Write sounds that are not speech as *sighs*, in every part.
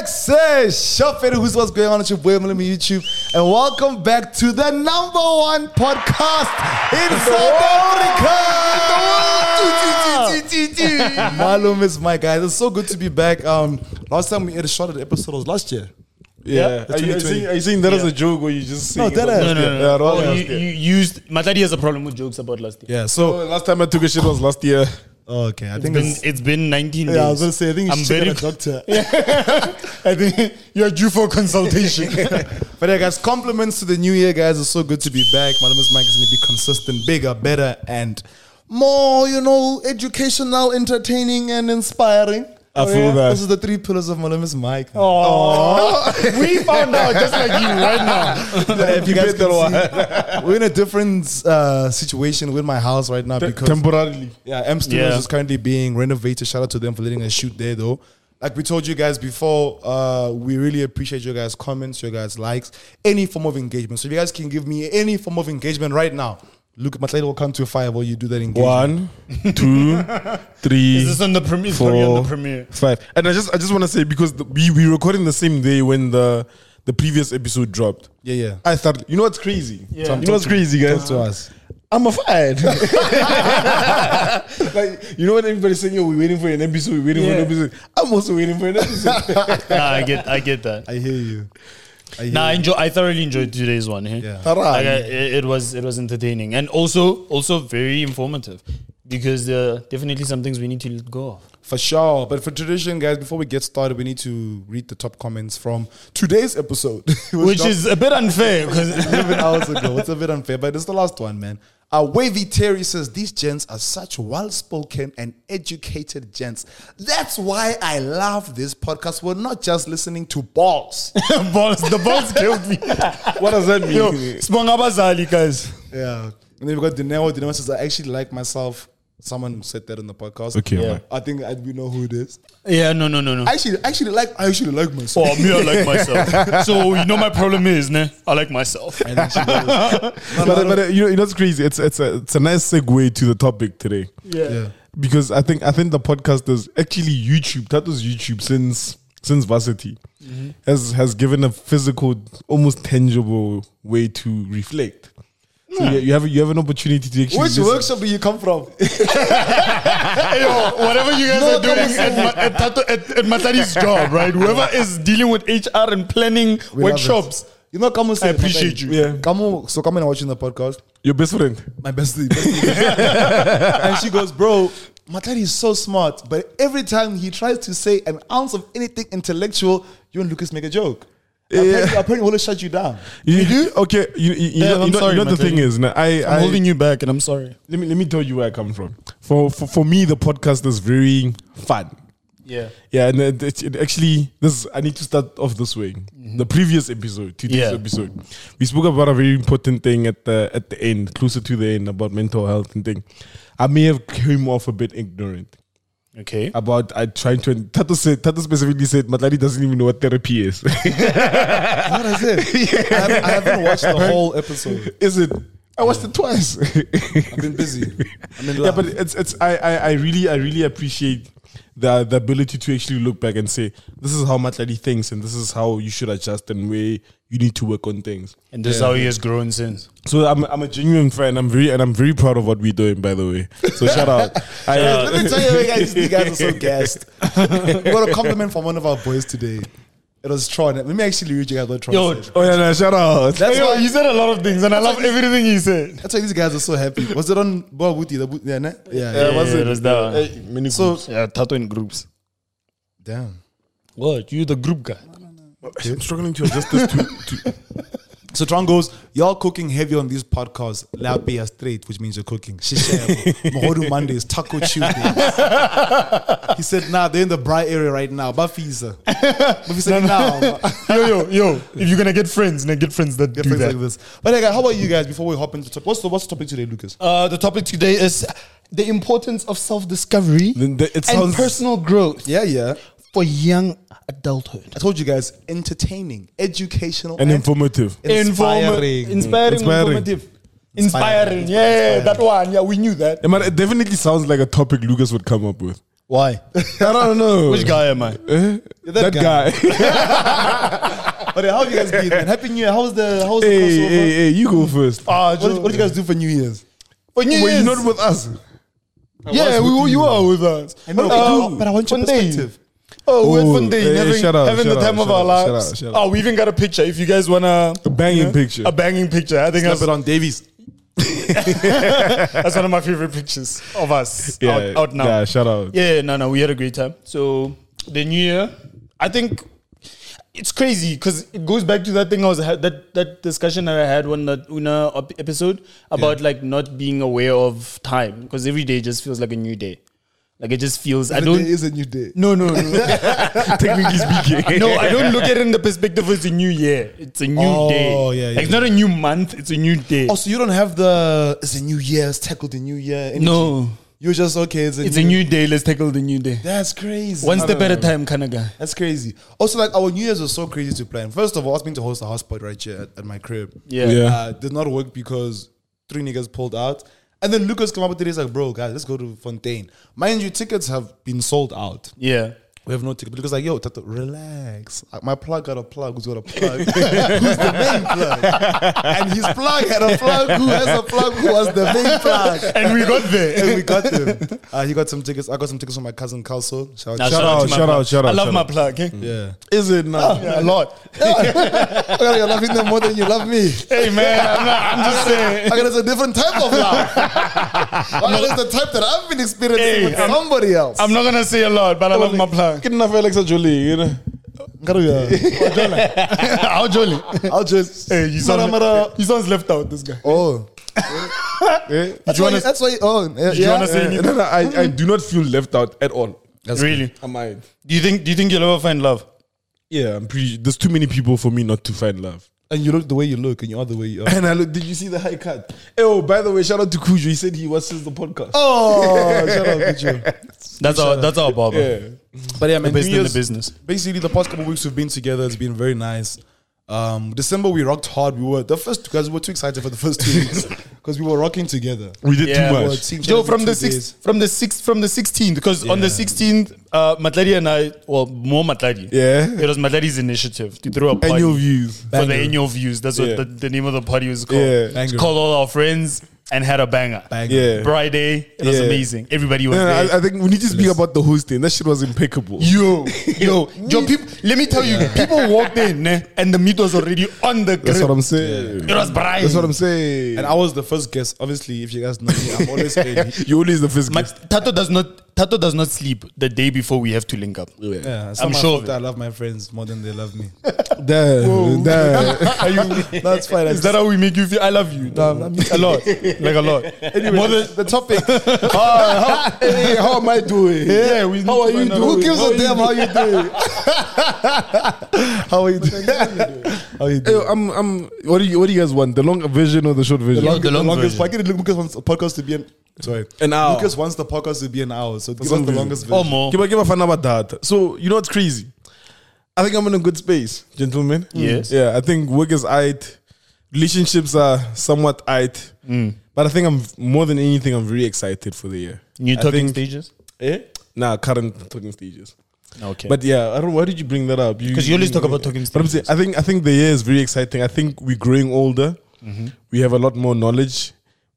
Texas. Shafir, who's what's going on? It's your boy Malimi YouTube. And welcome back to the number one podcast in South *laughs* Africa. Malum is my guy. It's so good to be back. Um, last time we had a shot at the episode was last year. Yeah. the Are, you, are, you 2020. saying, are you saying that as a joke or you just No, saying that it was- ass. No, no, no. Yeah, it was Oh, last you, you used Matadi has a problem with jokes about last year. Yeah, so Oh, Last time I took a shit was last year. okay, I think Been- it's, it's been 19 days. yeah, I was gonna say I think you I'm should check very out a *laughs* doctor. *laughs* I think you're due for consultation. But yeah, guys, compliments to the new year, guys. It's so good to be back. My name is Mike. It's going to be consistent, bigger, better, and more, you know, educational, entertaining, and inspiring. Oh, I feel that. This is the three pillars of my name is Mike. we found out just like you *laughs* right now. Yeah, *laughs* if you guys Better can see, we're in a different uh, situation with my house right now because Temporarily. Yeah, M Studios Yeah. is currently being renovated. Shout out to them for letting us shoot there, though. Like we told you guys before, uh, we really appreciate your guys' comments, your guys' likes, any form of engagement. So if you guys can give me any form of engagement right now, Luke Matlaid will come to a fire while you do that engagement. One, *laughs* two, three. Is this on the premiere? It's probably on four, the premiere. five. And I just, I just want to say because the, we we recording the same day when the the previous episode dropped. Yeah, yeah. I thought, you know what's crazy? Yeah. You know what's crazy, guys? Talk to us. I'm a *laughs* fired. like you know when everybody's saying, "Yo, we're waiting for an episode, we're waiting for an Yeah. episode." I'm also waiting for an episode. Nah, I get, I get that. *laughs* I hear you. I hear Nah, I you. enjoy. I thoroughly enjoyed today's one. eh? Yeah. Like, I, it, it was, it was entertaining and also, also very informative because there are definitely some things we need to let go of. For sure. But for tradition, guys, before we get started, we need to read the top comments from today's episode. *laughs* It was which not- is a bit unfair because 11 hours ago. It's a bit unfair, but it's the last one, man. Uh, Wavy Terry says, These gents are such well spoken and educated gents. That's why I love this podcast. We're not just listening to balls. *laughs* balls, the balls killed *laughs* me. what does that mean? Yo, Spongabazali, guys. yeah. And then we got Dineo. Dineo says, I actually like myself. Someone said that on the podcast. Okay, Yeah. man. I think I, we know who it is. Yeah, no, no, no, no. I actually, I actually like, I actually like myself. Oh, me, I like myself. So you know my problem is, ne? I like myself. *laughs* And then she goes, but, but uh, you know, you know what's crazy? It's it's a it's a nice segue to the topic today yeah. because I think I think the podcast is actually YouTube. That was YouTube since since varsity Mm-hmm. has has given a physical, almost tangible way to reflect. So you, you have you have an opportunity to actually Which listen. workshop do you come from? Hey, yo, whatever you guys are doing at, Ma- at, Tato- at, at Matari's job, right? Whoever is dealing with HR and planning We love it. workshops, You know, Kamu said appreciate Matani. you. Yeah. Kamu, so Kamu and I watching the podcast. Your best friend. my best sleep. best sleep. and she goes, bro, my daddy is so smart, but every time he tries to say an ounce of anything intellectual, you and Lucas make a joke. Apparently, apparently, will shut you down. You, do okay. You, you, you Yeah, know, I'm you know, sorry, you know the Matthew. thing is, nah, I, I'm I- holding you back, and I'm sorry. let me let me tell you where I come from. For for, for me, the podcast is very fun. Yeah. Yeah, and it, it, it actually, this I need to start off this way. The previous episode, today's Yeah. episode, we spoke about a very important thing at the at the end, closer to the end, about mental health and thing. I may have came off a bit ignorant Okay. about I trying to. Tato said Tato specifically said Matladi doesn't even know what therapy is. What I said. I, haven't, I haven't watched the whole episode. *laughs* is it? I watched it twice. I've been busy. I mean, yeah, but it's it's I, I I really I really appreciate the the ability to actually look back and say this is how Matladi thinks and this is how you should adjust and where you need to work on things. And this is how he has grown since. So I'm I'm a genuine fan. I'm very and I'm very proud of what we're doing, by the way. So *laughs* shout out. I, uh, let me tell you, guys, these guys are so gassed. we got a compliment from one of our boys today. It was Tron. Let me actually read you guys what Tron Yo, said. oh yeah, no, shout out. That's yo, why- he said a lot of things, and I love everything he said. That's why these guys are so happy. Was it on Boa Booty? The boot, yeah, ne? yeah, yeah. was it? was that one. Hey, many So- groups. Yeah, Tato in groups. Damn. What? You the group guy? *laughs* I'm struggling to adjust this to, *laughs* to So Tron goes, y'all cooking heavy on these podcasts. La Pia straight, which means you're cooking. Shishabo, Mohodu Mondays, Taco Tuesdays. he said, nah, they're in the Bry area right now. Bafisa. Bafisa said, now. yo, yo, yo! If you're gonna get friends, then get friends that Get *laughs* do things that. like this. But hey, guys, how about you guys before we hop into the topic? What's the, what's the topic today, Lucas? Uh, the topic today is the importance of self-discovery The- the- it and sounds- personal growth Yeah, yeah. for young I adulthood. told you guys, entertaining, educational, and informative. inspiring. inspiring, Inspiring. informative, inspiring. Yeah, that one. Yeah, we knew that. Yeah, man, it definitely sounds like a topic Lucas would come up with. Why? I don't know. Which guy *laughs* am I? That, guy. *laughs* But how have you guys been? man? Happy New Year. How was the how was the hey, hey, crossover? hey, you go first. Ah, what, did, what did you guys do for New Year's? For New Were you not with us? yeah, we, you are with us. I know, Uh, but I want your one day. perspective. Oh, we Ooh, went one day hey, having, shout out, having shout the out, time of shout our out, lives. shout out, shout out. Oh, we even got a picture. If you guys wanna A banging picture. a banging picture, I think that's, on Davies. that's one of my favorite pictures of us out, out now. Yeah, shout out. Yeah, no, no, we had a great time. So the new year, I think it's crazy because it goes back to that thing I was had that that discussion that I had when that Una op- episode about like not being aware of time because every day just feels like a new day. Like it just feels I Every don't day is a new day. no *laughs* no no Technically *laughs* speaking. no I don't look at it in the perspective of it's a new year. It's a new Oh, day. yeah, Like, yeah, it's not a new month. It's a new day. Oh, so you don't have the it's a new year, let's tackle the new year. energy. no, You're just okay, it's a, it's new, a new day. Let's tackle the new day. That's crazy. One step at a time, kind of guy. That's crazy. Also, like our New Year's was so crazy to plan. First of all, I was meant to host a house party right here at, at my crib. Yeah. Yeah. Uh, did not work because three niggas pulled out. And then Lucas came up with it. He's like, bro, guys, let's go to Fontaine. Mind you, tickets have been sold out. Yeah. We have no ticket. Lucas like, yo, Tato, relax. Like, my plug got a plug. Who's got a plug? *laughs* Who's the main plug? And his plug had a plug. Who has a plug? Who has the main plug? *laughs* And we got there. And we got them. Uh, he got some tickets. I got some tickets from my cousin Kelso. Shout out. Nah, Shout shout out, to my shout plug. out, shout I out, love shout my out. plug. eh? yeah. Oh, Is it now? Yeah, a lot. *laughs* I gotta you're loving them more than you love me. hey man, I'm, not, I'm *laughs* just saying. I guess it's a different type of love. I guess it's the type that I've been experiencing Hey, with I'm- somebody else. I'm not gonna say a lot, but I love my plug. Good enough, Alexa Jolie. You know? *laughs* *laughs* How jolly. I'll just. Hey, you sound, he sounds left out. This guy. *laughs* Oh. Eh? That's you why, wanna- you- that's why. Oh, yeah. you wanna say- Eh, no, no, I, I do not feel left out at all. really? I might. Do you think? Do you think you'll ever find love? Yeah, I'm pretty. There's too many people for me not to find love. and you look the way you look, and you are the way you are. And I look. Did you see the high cut? Eh, Oh, by the way, shout out to Kujo. He said he watches the podcast. Oh, shout out to you. That's our. That's our barber. yeah. But yeah, man, Best New in the Year's- business. *laughs* basically the past couple weeks we've been together. It's been very nice. Um, December we rocked hard. We were the first because we were too excited for the first two weeks because we were rocking together. We did Yeah, too We were much. team Joe, together from for the two days. sixth, from the sixth, from the sixteenth, because on the Yeah. sixteenth, uh, Matladi and I, well, more Matladi. Yeah. It was Matladi's initiative to throw a party Annual views. for the Banger. annual views. That's what Yeah. the, the name of the party was called. Yeah. Banger. Call all our friends and had a banger. Bang. Yeah. Friday. It was Yeah. amazing. Everybody was No, no, there. I, I think we need to speak about the hosting. That shit was impeccable. yo, *laughs* yo, yo, people, let me tell you, people walked in eh, and the meat was already on the grill. That's what I'm saying. it was bright. That's what I'm saying. And I was the first guest. Obviously, if you guys know me, I'm always early. you always the first My, guest. Tato does not Tato does not sleep the day before we have to link up. Yeah, it's I'm not my sure fault of it. that I love my friends more than they love me. Damn, damn. Are you, That's fine. I is that how we make you feel? I love you. Nah, a lot. Like *laughs* a lot. Anyway, More than, the topic. *laughs* Ah, how, *laughs* hey, how am I doing? yeah, we How are you doing? Who gives How are a you damn how you *laughs* doing? *laughs* how are you doing? how are you Hey, doing? I'm, I'm. What do you, what do you guys want? The long version or the short version? long- the longest. version. Why can't Lucas wants the podcast to be an sorry Oh, An hour. Lucas wants the podcast to be an hour, so give us some the reason. longest. *laughs* or Version. more. Give a give a fan about that. So you know what's crazy? I think I'm in a good space, gentlemen. Yes. Yeah, I think work is aight. Relationships are somewhat aight. But I think I'm more than anything, I'm very excited for the year. New I talking think- stages? Eh? Nah, current talking stages. Okay. But yeah, I don't. Why did you bring that up? Because you always talk about talking But I'm saying, I think I think the year is very exciting. I think we're growing older. Mm-hmm. We have a lot more knowledge.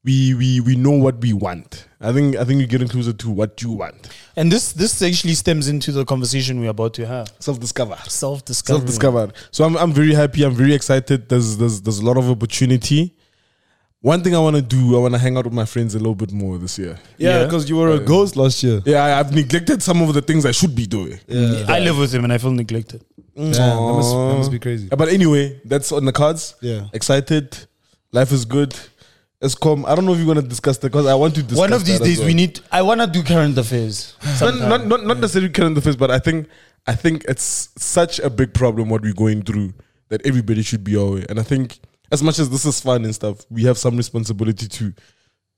We we we know what we want. I think I think we get closer to what you want. and this this actually stems into the conversation we're about to have. Self discover. Self discovery. Self discover. So I'm I'm very happy. I'm very excited. There's there's there's a lot of opportunity. One thing I want to do, I want to hang out with my friends a little bit more this year. Yeah, Yeah. because you were a ghost last year. Yeah, I, I've neglected some of the things I should be doing. I live with him and I feel neglected. Yeah, that, must, that must be crazy. But anyway, that's on the cards. Yeah. Excited. Life is good. Escom, I don't know if you're gonna discuss that because I want to discuss One of these that as days well. we need I wanna do current affairs. not, not, not, not necessarily current affairs, but I think I think it's such a big problem what we're going through that everybody should be aware. And I think as much as this is fun and stuff, we have some responsibility to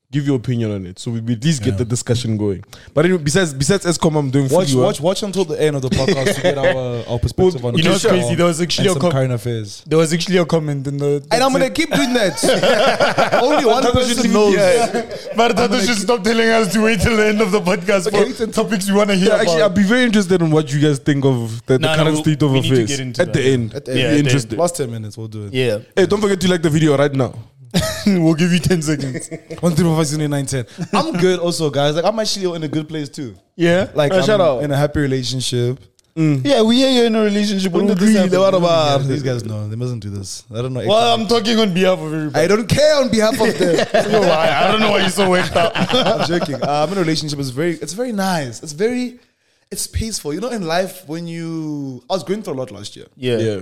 give your opinion on it. So we, we at least get the discussion going. But anyway, besides besides Escom, I'm doing Watch, fully well. watch, watch until the end of the podcast to get our, our perspective on You know it. what's crazy? There was actually and a some com- current affairs. There was actually a comment in the. And I'm gonna keep doing *laughs* that. Only one person knows. Martato should stop telling us to wait till the end of the podcast Okay. for topics we want to hear. Yeah, actually, I'll be very interested in what you guys think of the, the No, no, current we- state of we need to affairs get into at the that. end. At the Be end. Yeah, interested. Last ten minutes, we'll do it. yeah. Hey, don't forget to like the video right now. *laughs* we'll give you 10 seconds. One three four five six eight nine ten. I'm good, also, guys. Like I'm actually in a good place too. Yeah. Like Uh, I'm shout out. in a happy relationship. *laughs* Yeah, we hear you're in a relationship. When did this happen? Yeah, these guys know they mustn't do this. I don't know. Well, I'm talking on behalf of everybody. I don't care on behalf of them. I don't know why. I don't know why you're so worked up. I'm joking. Uh, I'm in a relationship. It's very, it's very nice. It's very, it's peaceful. You know, in life, when you, I was going through a lot last year, Yeah. Yeah.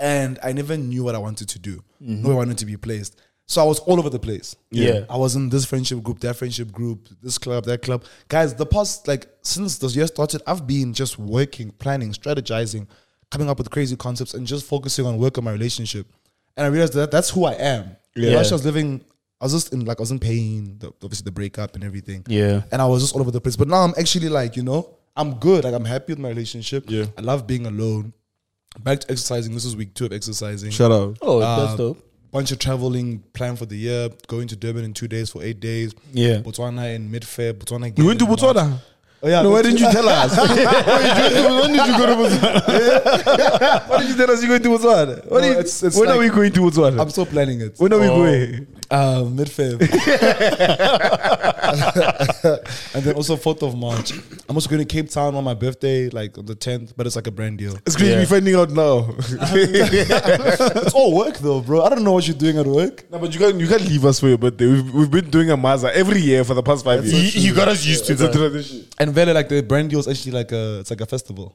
and I never knew what I wanted to do, where I wanted to be placed. So I was all over the place. Mm-hmm. Yeah. I was in this friendship group, that friendship group, this club, that club. Guys, the past like since this year started, I've been just working, planning, strategizing, coming up with crazy concepts, and just focusing on work on my relationship. And I realized that that's who I am. Yeah. Last year I was living. I was just in like I was in pain, the, obviously the breakup and everything. Yeah. And I was just all over the place. But now I'm actually like, you know, I'm good. Like I'm happy with my relationship. Yeah. I love being alone. Back to exercising. This is week two of exercising Shout out. Oh, uh, Bunch of traveling planned for the year. Going to Durban in two days for eight days. Yeah. Botswana in mid Feb. Botswana. again You went to in March. Botswana? Oh, yeah. No, why Botswana- didn't you tell us? *laughs* when did you go to Botswana? *laughs* *laughs* why didn't you tell us you're going to Botswana? What No, do you- it's- it's when are we like- going to Botswana? I'm still planning it. when are we Oh. going? Uh, mid *laughs* Feb. and then also 4th of March. I'm also going to Cape Town on my birthday, like on the 10th, but it's like a brand deal. It's crazy Yeah. we're finding out now. It's all work though, bro. I don't know what you're doing at work. no, but you can't, you can't leave us for your birthday. We've, we've been doing a Maza every year for the past five You, years. you got us used to It's a that. tradition. And Vele, like the brand deal is actually like a, it's like a festival.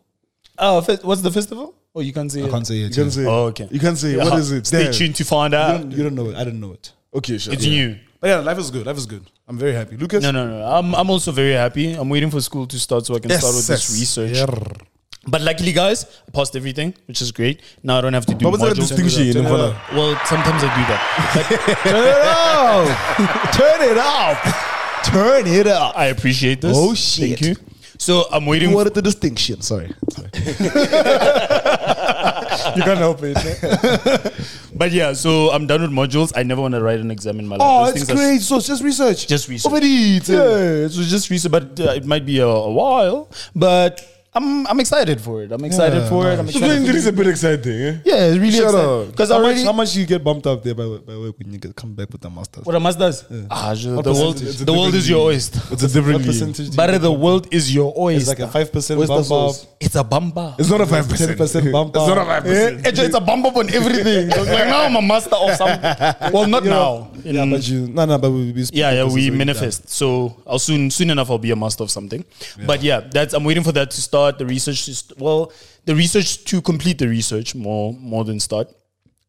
Oh, fe- what's the festival? Oh, you can't see I can't say it. You can't say. Oh, okay. You can't say. Yeah. What is it? Stay Damn. tuned to find You out. don't, you don't know it. I don't know it. Okay, sure. It's Yeah. new. But yeah, life is good. Life is good. I'm very happy. Lucas? No, no, no. I'm, I'm also very happy. I'm waiting for school to start so I can Yes, start with yes. this research. But luckily, guys, I passed everything, which is great. Now I don't have to do What was that modules. distinction in Turn it Mfana? Well, sometimes I do that. *laughs* Turn it up. Turn it up. I appreciate this. Oh, shit. Thank you. So I'm waiting. What is the distinction? Sorry. You can't help *laughs* it. but yeah, so I'm done with modules. I never want to write an exam in my life. Oh, Those things are So it's just research. Just research. Already, it's, uh, Yeah, it was just recent, but uh, it might be a, a while. But I'm I'm excited for it. I'm excited Yeah, for it. I'm So then excited. it is a bit exciting. Eh? Yeah, it's really Shut exciting. up. Because How already much, how much you get bumped up there by, by work when you get, come back with the masters? what a must does. Ah, je- the world, percentage? It's a the world is your oyster. It's a different league. do you But the world is your oyster. It's like a five percent Where's the bump up. sauce? It's a bumper. It's not a five *laughs* percent. 10% bump It's not a up. five percent. Eh, it's a bump up on everything. like now I'm a master of something. Well, not now. Yeah, In- but you no no, but we, we speak yeah, yeah, because we it's already manifest. So I'll soon, soon enough, I'll be a master of something. But yeah, that's I'm waiting for that to start. The research, to st- well, the research to complete the research more, more than start.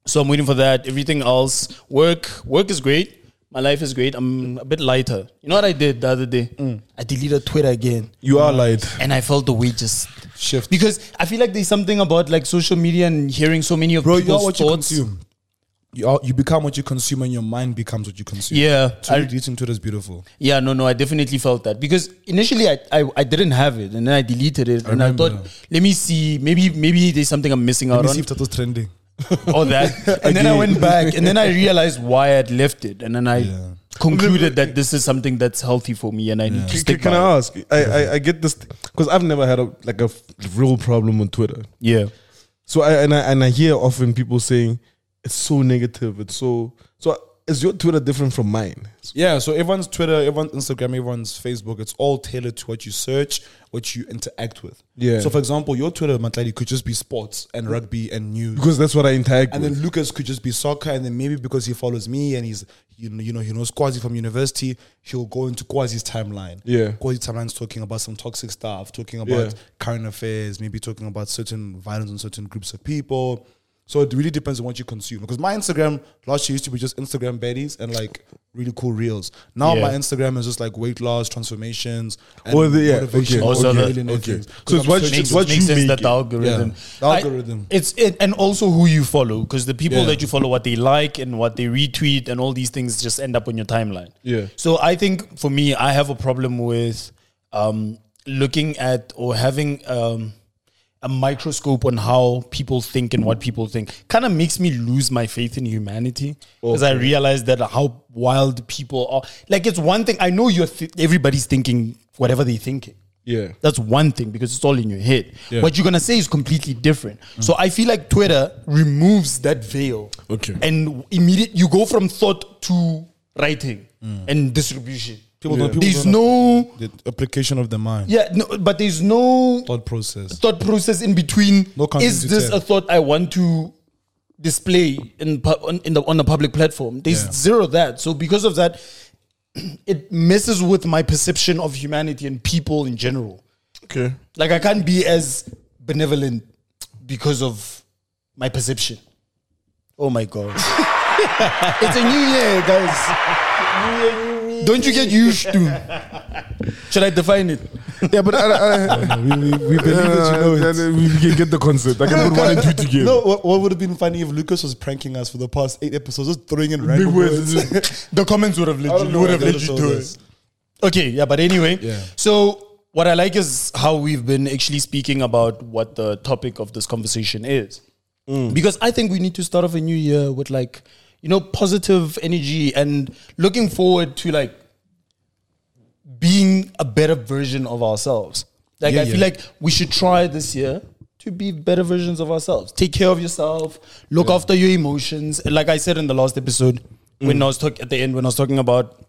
So I'm waiting for that. Everything else, work, work is great. My life is great. I'm a bit lighter. You know what I did the other day? Mm. I deleted Twitter again, You are light. and I felt the weight just done. shift. because I feel like there's something about like social media and hearing so many of Bro, you are people's what you thoughts. consume. You are, you become what you consume, and your mind becomes what you consume. Yeah, so I- deleting Twitter is beautiful. Yeah, no, no, I definitely felt that because initially I, I, I didn't have it and then I deleted it and I remember. thought, let me see, maybe maybe there's something I'm missing Let out me see on if that was trending. *laughs* or that. And then I Again. went back and then I realized why I'd left it and then I concluded that this is something that's healthy for me and I need to C- c- stick Can by. it. I ask? I, I, I get this because I've never had a, like a f- real problem on Twitter. Yeah, So I and I and I hear often people saying it's so negative. It's so so. Is your Twitter different from mine? Yeah, so everyone's Twitter, everyone's Instagram, everyone's Facebook, it's all tailored to what you search, what you interact with. Yeah. So for example, your Twitter, Matladi, could just be sports and rugby and news. Because that's what I interact And with. then Lucas could just be soccer, and then maybe because he follows me and he's you know, you know he knows Quasi from university, he'll go into Quasi's timeline. Yeah. Quasi timeline's talking about some toxic stuff, talking about Yeah. current affairs, maybe talking about certain violence on certain groups of people. So it really depends on what you consume. Because my Instagram last year used to be just Instagram baddies and like really cool reels. Now Yeah. my Instagram is just like weight loss, transformations, and Or the- Oh, yeah, okay, motivation, Also the- really okay. things. So 'Cause it's I'm what you- searching makes, it's what makes sense make that it. the algorithm, Yeah. The I- algorithm. it's it, and also who you follow, because the people Yeah. that you follow, what they like and what they retweet, and all these things just end up on your timeline. Yeah. So I think for me, I have a problem with um, looking at or having um, a microscope on how people think and what people think. Kind of makes me lose my faith in humanity because I realize that how wild people are. Like it's one thing. I know you're th- everybody's thinking whatever they thinking. Yeah. That's one thing because it's all in your head. What you're gonna say is completely different. So I feel like Twitter removes that veil. Okay. And immediate you go from thought to writing Mm. and distribution. People don't- people there's don't- no the application of the mind, yeah, no, but there's no thought process. thought process in between. No content is this to tell. a thought I want to display in pu- on in the on the public platform? There's Yeah. zero that. So because of that, *clears throat* it messes with my perception of humanity and people in general. Okay. Like I can't be as benevolent because of my perception. Oh my god. *laughs* it's a new year, guys. Don't you get used to? Should I define it? Yeah, but *laughs* I, I, we, we, we believe that you know it. We can get the concept. I can put one *laughs* and two together. No, what, what would have been funny if Lucas was pranking us for the past eight episodes, just throwing in Big random words. words. *laughs* The comments would have I don't legit know would why have they let you told do us. it. Okay, yeah, but anyway. Yeah. So what I like is how we've been actually speaking about what the topic of this conversation is. Because I think we need to start off a new year with like, you know, positive energy and looking forward to like being a better version of ourselves. Like Yeah, I feel yeah. like we should try this year to be better versions of ourselves. Take care of yourself. Look after your emotions. And Like I said in the last episode, when I was talking at the end, when I was talking about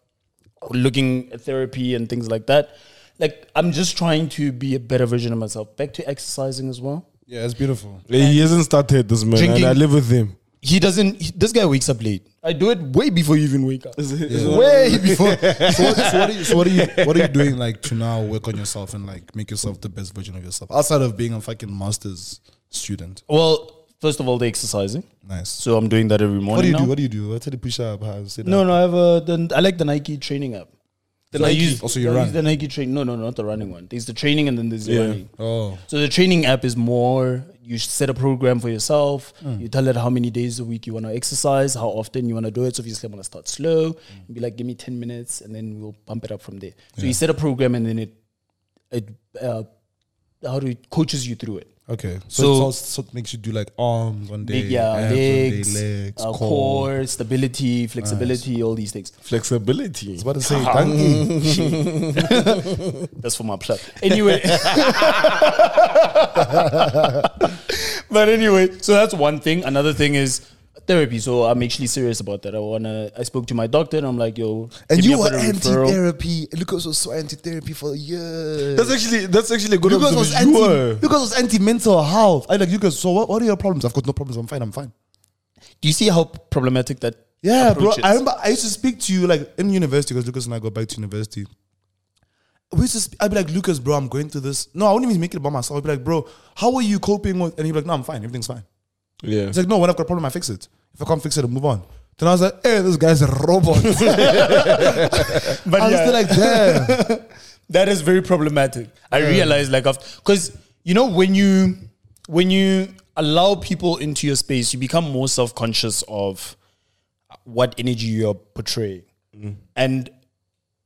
looking at therapy and things like that, like I'm just trying to be a better version of myself. Back to exercising as well. Yeah, it's *laughs* beautiful. He hasn't started this man, Drinking. and I live with him. He doesn't. he- this guy wakes up late. I do it way before you even wake up. Yeah. Way before. so, what, so what are you, so what are you what are you doing like to now work on yourself and like make yourself the best version of yourself outside of being a fucking master's student? *laughs* well, first of all, the exercising. Nice. So I'm doing that every morning. What do you now. do? What do you do? I tell you push up. I say that. No, no, I have a. The, I like the Nike training app. The Nike? I use, Oh, so you I run. use the Nike train. No, no, not the running one. There's the training and then there's the Yeah. running. Oh, So the training app is more. You set a program for yourself. Hmm. You tell it how many days a week you want to exercise, how often you want to do it. So obviously, I'm gonna start slow and be like, give me ten minutes, and then we'll bump it up from there. So you set a program, and then it, it, uh, how do you, coaches you through it? okay. So, So- it's all, so it makes you do like arms one day, Big, yeah, abs one day, legs, legs, uh, core. core, stability, flexibility, all these things. Flexibility. I was about to *laughs* say, thank you. That's for my plug. Anyway. but anyway, so that's one thing. Another thing is therapy. So I'm actually serious about that. I wanna I spoke to my doctor and I'm like, yo, And give me you a were better referral. anti-therapy. Lucas was so anti-therapy for years. That's actually that's actually a good Lucas was observation. anti. You were. Lucas was anti-mental health. I like Lucas. So what, what are your problems? I've got no problems. I'm fine. I'm fine. Do you see how problematic that Yeah, bro. approach is? I remember I used to speak to you like in university because Lucas and I go back to university. We used to sp- I'd be like, Lucas, bro, I'm going through this. No, I wouldn't even make it about myself. I'd be like, bro, how are you coping with? And he'd be like, No, I'm fine. Everything's fine. Yeah. He's like, No, when I've got a problem, I fix it. If I can't fix it, I move on. Then I was like, Hey, this guy's a robot. *laughs* but I was yeah. still like, Damn. that is very problematic. I realize like after because you know when you when you allow people into your space, you become more self conscious of what energy you're portraying, and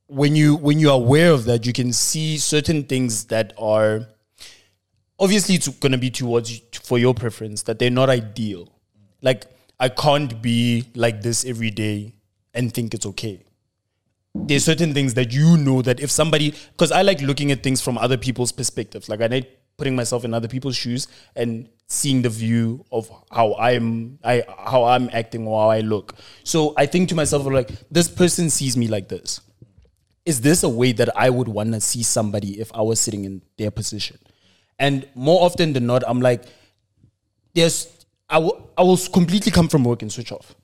when you when you're aware of that, you can see certain things that are obviously it's going to be towards you, for your preference that they're not ideal. Like I can't be like this every day and think it's okay there's certain things that you know that if somebody because I like looking at things from other people's perspectives. Like I like putting myself in other people's shoes and seeing the view of how I'm I how I'm acting or how I look. So I think to myself like this person sees me like this. Is this a way that I would want to see somebody if I was sitting in their position? And more often than not, I'm like, there's I will I will completely come from work and switch off.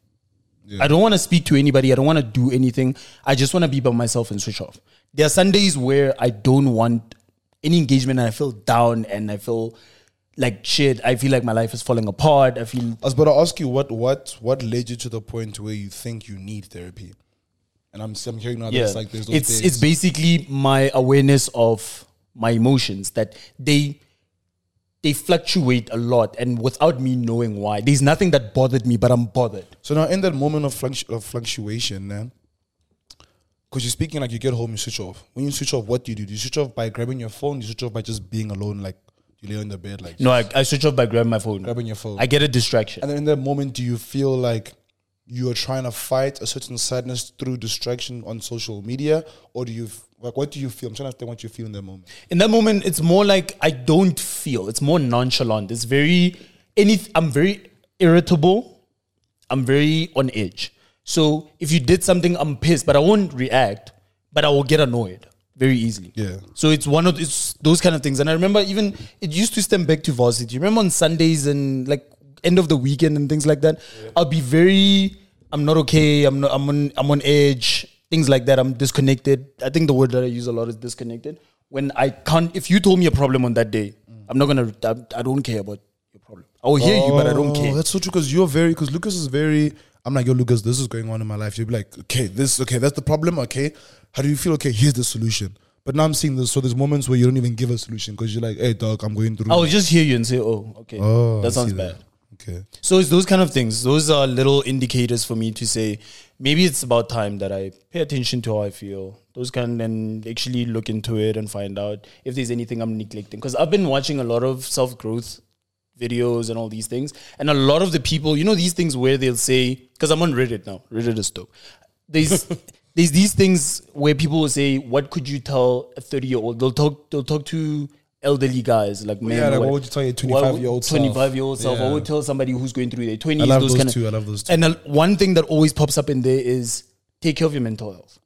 I don't want to speak to anybody. I don't want to do anything. I just want to be by myself and switch off. There are Sundays where I don't want any engagement and I feel down and I feel like shit, I feel like my life is falling apart. I feel I was about to ask you what what what led you to the point where you think you need therapy, and I'm I'm hearing now that it's like there's those it's days. it's basically my awareness of my emotions that they they fluctuate a lot and without me knowing why. There's nothing that bothered me, but I'm bothered. so now in that moment of, fluctu- of fluctuation, man. Because you're speaking like you get home, you switch off. When you switch off, what do you do? Do you switch off by grabbing your phone? Do you switch off by just being alone, like you lay on the bed, like No, I, I switch off by grabbing my phone. grabbing your phone? I get a distraction. And then in that moment, do you feel like you are trying to fight a certain sadness through distraction on social media, or do you f- like what do you feel? I'm trying to understand what you feel in that moment. in that moment it's more like i don't feel it's more nonchalant it's very any i'm very irritable i'm very on edge so if you did something i'm pissed but i won't react but i will get annoyed very easily Yeah. so it's one of it's those kind of things and i remember even it used to stem back to varsity remember on sundays and like end of the weekend and things like that i'll be very i'm not okay i'm not i'm on i'm on edge things like that i'm disconnected i think the word that i use a lot is disconnected when i can't if you told me a problem on that day i'm not gonna I, I don't care about your problem i will hear you but i don't Oh, care That's so true because you're very because Lucas is very. I'm like yo, Lucas. This is going on in my life. You'd be like, okay, this okay. That's the problem. Okay, how do you feel? Okay, here's the solution. But now I'm seeing this. So there's moments where you don't even give a solution because you're like, hey, dog, I'm going through. i will just hear you and say oh okay Oh, I that sounds see bad Okay. So it's those kind of things. Those are little indicators for me to say maybe it's about time that I pay attention to how I feel. Those kind and actually look into it and find out if there's anything I'm neglecting. Because I've been watching a lot of self growth videos and all these things, and a lot of the people, you know, these things where they'll say, because I'm on Reddit now. Reddit is dope. *laughs* There's there's these things where people will say, "What could you tell a 30 year old?" They'll talk. They'll talk to elderly guys like men. yeah, like, what or whatever. would you tell your What 25-year-old self? 25 year old self? Yeah. What would tell somebody who's going through their 20s? I love those those, kind of two. I love those two. and uh, one thing that always pops up in there is take care of your mental health.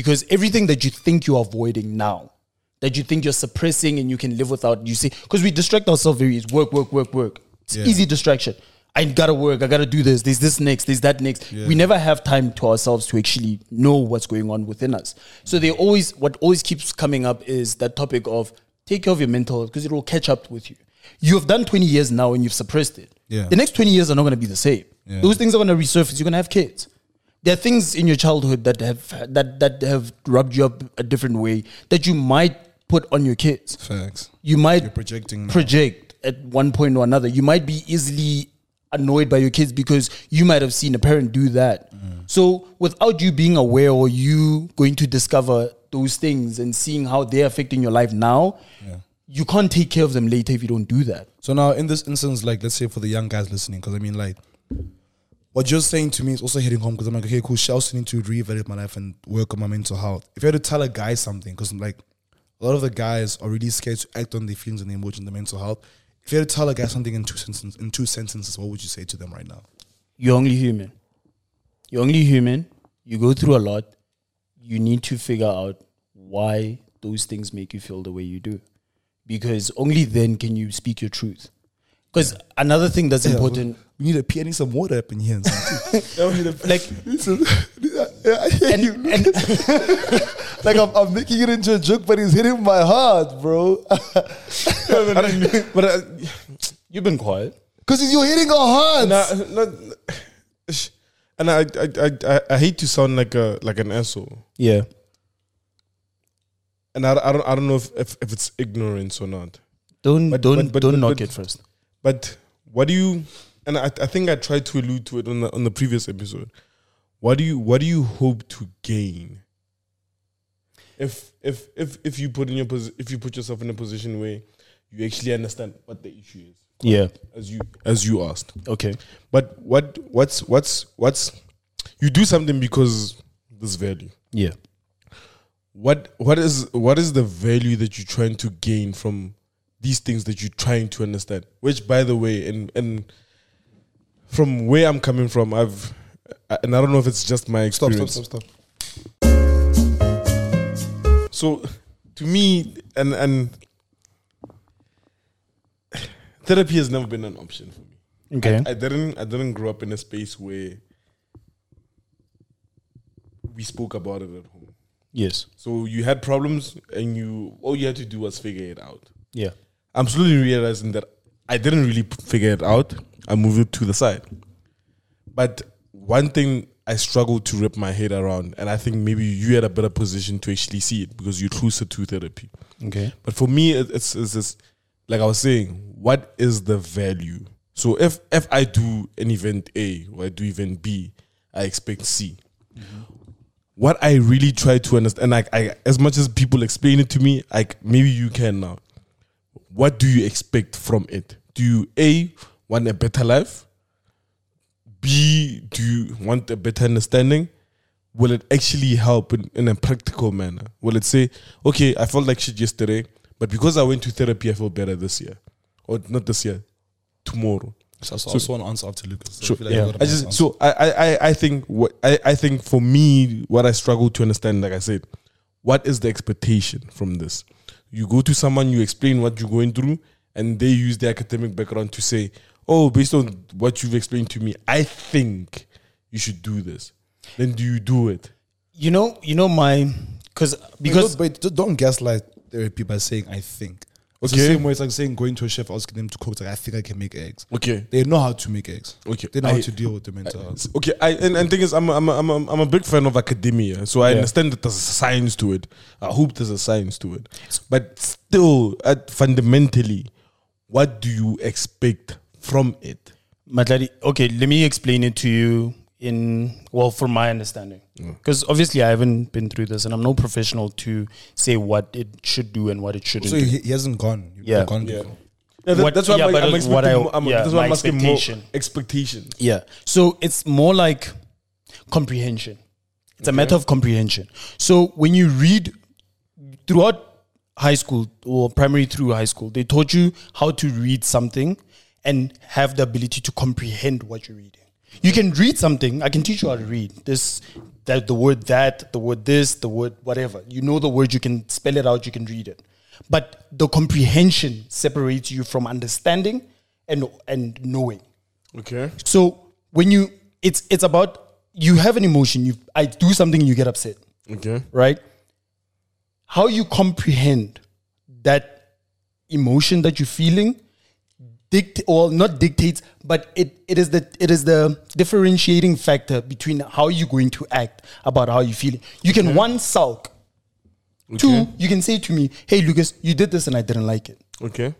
Because everything that you think you're avoiding now, that you think you're suppressing and you can live without, you see, because we distract ourselves very easy. Work, work, work, work. It's Yeah. easy distraction. I gotta work. I gotta do this. There's this next. There's that next. We never have time to ourselves to actually know what's going on within us. So they always, what always keeps coming up is that topic of take care of your mental health because it will catch up with you. You have done 20 years now and you've suppressed it. Yeah. The next 20 years are not going to be the same. Yeah. Those things are going to resurface. You're going to have kids. There are things in your childhood that have that that have rubbed you up a different way that you might put on your kids. Facts. You might You're projecting now. project at one point or another. You might be easily annoyed by your kids because you might have seen a parent do that. So without you being aware or you going to discover those things and seeing how they're affecting your life now, you can't take care of them later if you don't do that. So now, in this instance, like let's say for the young guys listening, because I mean, like what you're saying to me is also hitting home. Because I'm like, okay, cool. Shit, I also need to reevaluate my life and work on my mental health. If you had to tell a guy something, because like a lot of the guys are really scared to act on their feelings and their emotions, their mental health. If you had to tell a guy something in two sentences, in two sentences, what would you say to them right now? you're only human. You're only human. You go through a lot. You need to figure out why those things make you feel the way you do. Because only then can you speak your truth. Because another thing that's important, We need a pee. I need some water up in here. And some tea. like, I hear and, *laughs* you. and *laughs* Like I'm, I'm making it into a joke, but it's hitting my heart, bro. but uh, *laughs* you've been quiet. Because you're hitting our hearts. nah, not, and I, I, I, I, I hate to sound like a like an asshole. Yeah. And I, I don't I don't know if, if, if it's ignorance or not. Don't But- don't but- but- don't but- knock but- it first. But what do you? And I, I think I tried to allude to it on the on the previous episode. What do you What do you hope to gain? If if if if you put in your posi- if you put yourself in a position where you actually understand what the issue is, Yeah. as you as you asked. Okay. But what what's what's what's you do something because there's value. Yeah. What what is what is the value that you're trying to gain from these things that you're trying to understand? Which, by the way, and and from where I'm coming from, I've I- and I don't know if it's just my Stop, stop, experience. stop, stop. So to me, and and therapy has never been an option for me. Okay. I didn't I didn't grow up in a space where we spoke about it at home. yes. So you had problems and you all you had to do was figure it out. Yeah. I'm slowly realizing that I didn't really p- figure it out. I moved it to the side. But one thing I struggled to wrap my head around, and I think maybe you had a better position to actually see it because you're closer to therapy. Okay. But for me, it- it's, it's this, like I was saying, what is the value? So if if I do an event A or I do event B, I expect C. What I really try to understand, and like I, as much as people explain it to me, like maybe you can now. What do you expect from it? Do you A want a better life? B do you want a better understanding? will it actually help in, in a practical manner? Will it say, okay, I felt like shit yesterday, but because I went to therapy, I feel better this year, or not this year, tomorrow. So, so, also an answer after Lucas. So I feel like yeah. I've got I a nice just answer. so I I I- I think what I I think for me what I struggle to understand, like I said, what is the expectation from this? You go to someone, you explain what you're going through, and they use their academic background to say, oh, based on what you've explained to me, I think you should do this. Then do you do it? You know, you know my because because But don't, but don't gaslight therapy by saying I think. It's the Okay. same way it's like saying going to a chef asking them to cook. It's like I think I can make eggs. Mm. Okay. They know how to make eggs. Okay. They know how I- to deal with the mental health. S- Okay, I and, and thing is, I'm a, I'm, a, I'm, a, I'm a big fan of academia, so I Yeah. understand that there's a science to it. I hope there's a science to it, but still, at fundamentally, what do you expect from it? Matladi, okay, let me explain it to you in well from my understanding. Because obviously I haven't been through this and I'm no professional to say what it should do and what it shouldn't So do. he, he hasn't gone. You've Yeah. Gone Yeah. before. Yeah, What- that's why yeah, I'm, but I'm it's what expecting I- more- I'm- yeah, that's why my I'm asking expectation. more expectations. Yeah. So it's more like comprehension. It's a matter of comprehension. So when you read throughout high school or primary through high school, they taught you how to read something and have the ability to comprehend what you're reading. You can read something. I can teach you how to read this, that the word that, the word this, the word whatever. You know the word. You can spell it out. You can read it. But the comprehension separates you from understanding and and knowing. Okay. So when you, it's it's about you have an emotion. You I do something, you get upset, Okay. right? How you comprehend that emotion that you're feeling, dict or not dictates, but it it is the it is the differentiating factor between how you're going to act about how you're feeling. You can one sulk. Two, you can say to me, "Hey, Lucas, you did this and I didn't like it," Okay.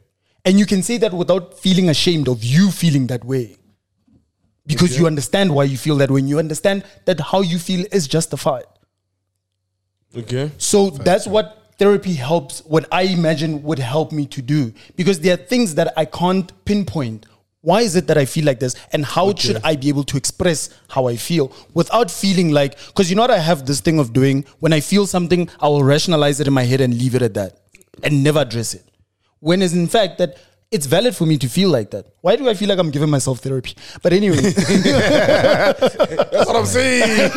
and you can say that without feeling ashamed of you feeling that way because you understand why you feel that way. and You understand that how you feel is justified. Okay. So that's what therapy helps, what I imagine would help me to do. Because there are things that I can't pinpoint. Why is it that I feel like this? And how should I be able to express how I feel without feeling like, because you know what I have this thing of doing? When I feel something, I will rationalize it in my head and leave it at that and never address it. When is in fact that it's valid for me to feel like that. Why do I feel like I'm giving myself therapy? But anyway. *laughs* *laughs* That's what I'm saying.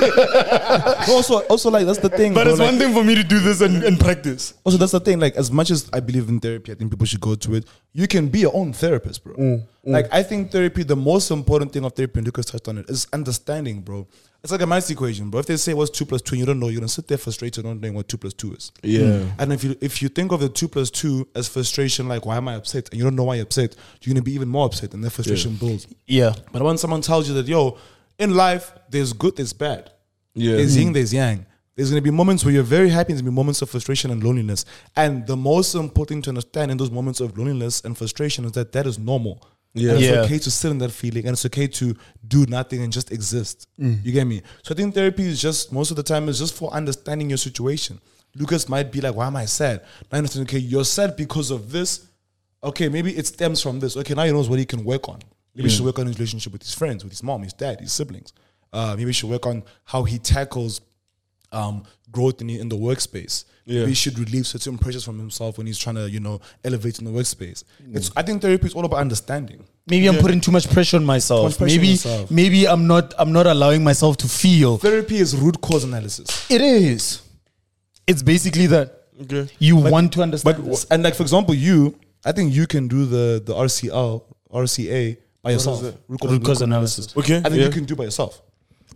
also, also like that's the thing. But bro, it's like- one thing for me to do this and, and practice. Also, that's the thing. Like, as much as I believe in therapy, I think people should go to it. You can be your own therapist, bro. Like, I think therapy, the most important thing of therapy, and Lucas touched on it, is understanding, bro. It's like a math equation, bro. If they say what's two plus two, and you don't know, you're gonna sit there frustrated, not knowing what two plus two is. Yeah. And if you if you think of the two plus two as frustration, like why am I upset, and you don't know why you're upset, you're gonna be even more upset, and that frustration builds. Yeah. But when someone tells you that, yo, in life, there's good, there's bad. Yeah. Mm. There's yin, there's yang. There's gonna be moments where you're very happy, there's gonna be moments of frustration and loneliness. And the most important thing to understand in those moments of loneliness and frustration is that that is normal. Yeah. And it's Yeah. okay to sit in that feeling and it's okay to do nothing and just exist. You get me? So I think therapy is just most of the time is just for understanding your situation. Lucas might be like, why am I sad? Now I understand, okay, you're sad because of this. Okay, maybe it stems from this. Okay, now he knows what he can work on. Maybe he should work on his relationship with his friends, with his mom, his dad, his siblings. Uh, maybe he should work on how he tackles um, growth in, in the workspace. Yeah. He should relieve certain pressures from himself when he's trying to, you know, elevate in the workspace. It's, I think therapy is all about understanding. Maybe I'm putting too much pressure on myself. Too much pressure on maybe yourself. maybe I'm not I'm not allowing myself to feel. Therapy is root cause analysis. It is. It's basically that Okay. you want to understand. But this. and like for example, you, I think you can do the the RCL RCA by yourself. it? Root Root cause analysis. Okay, I think yeah. you can do by yourself.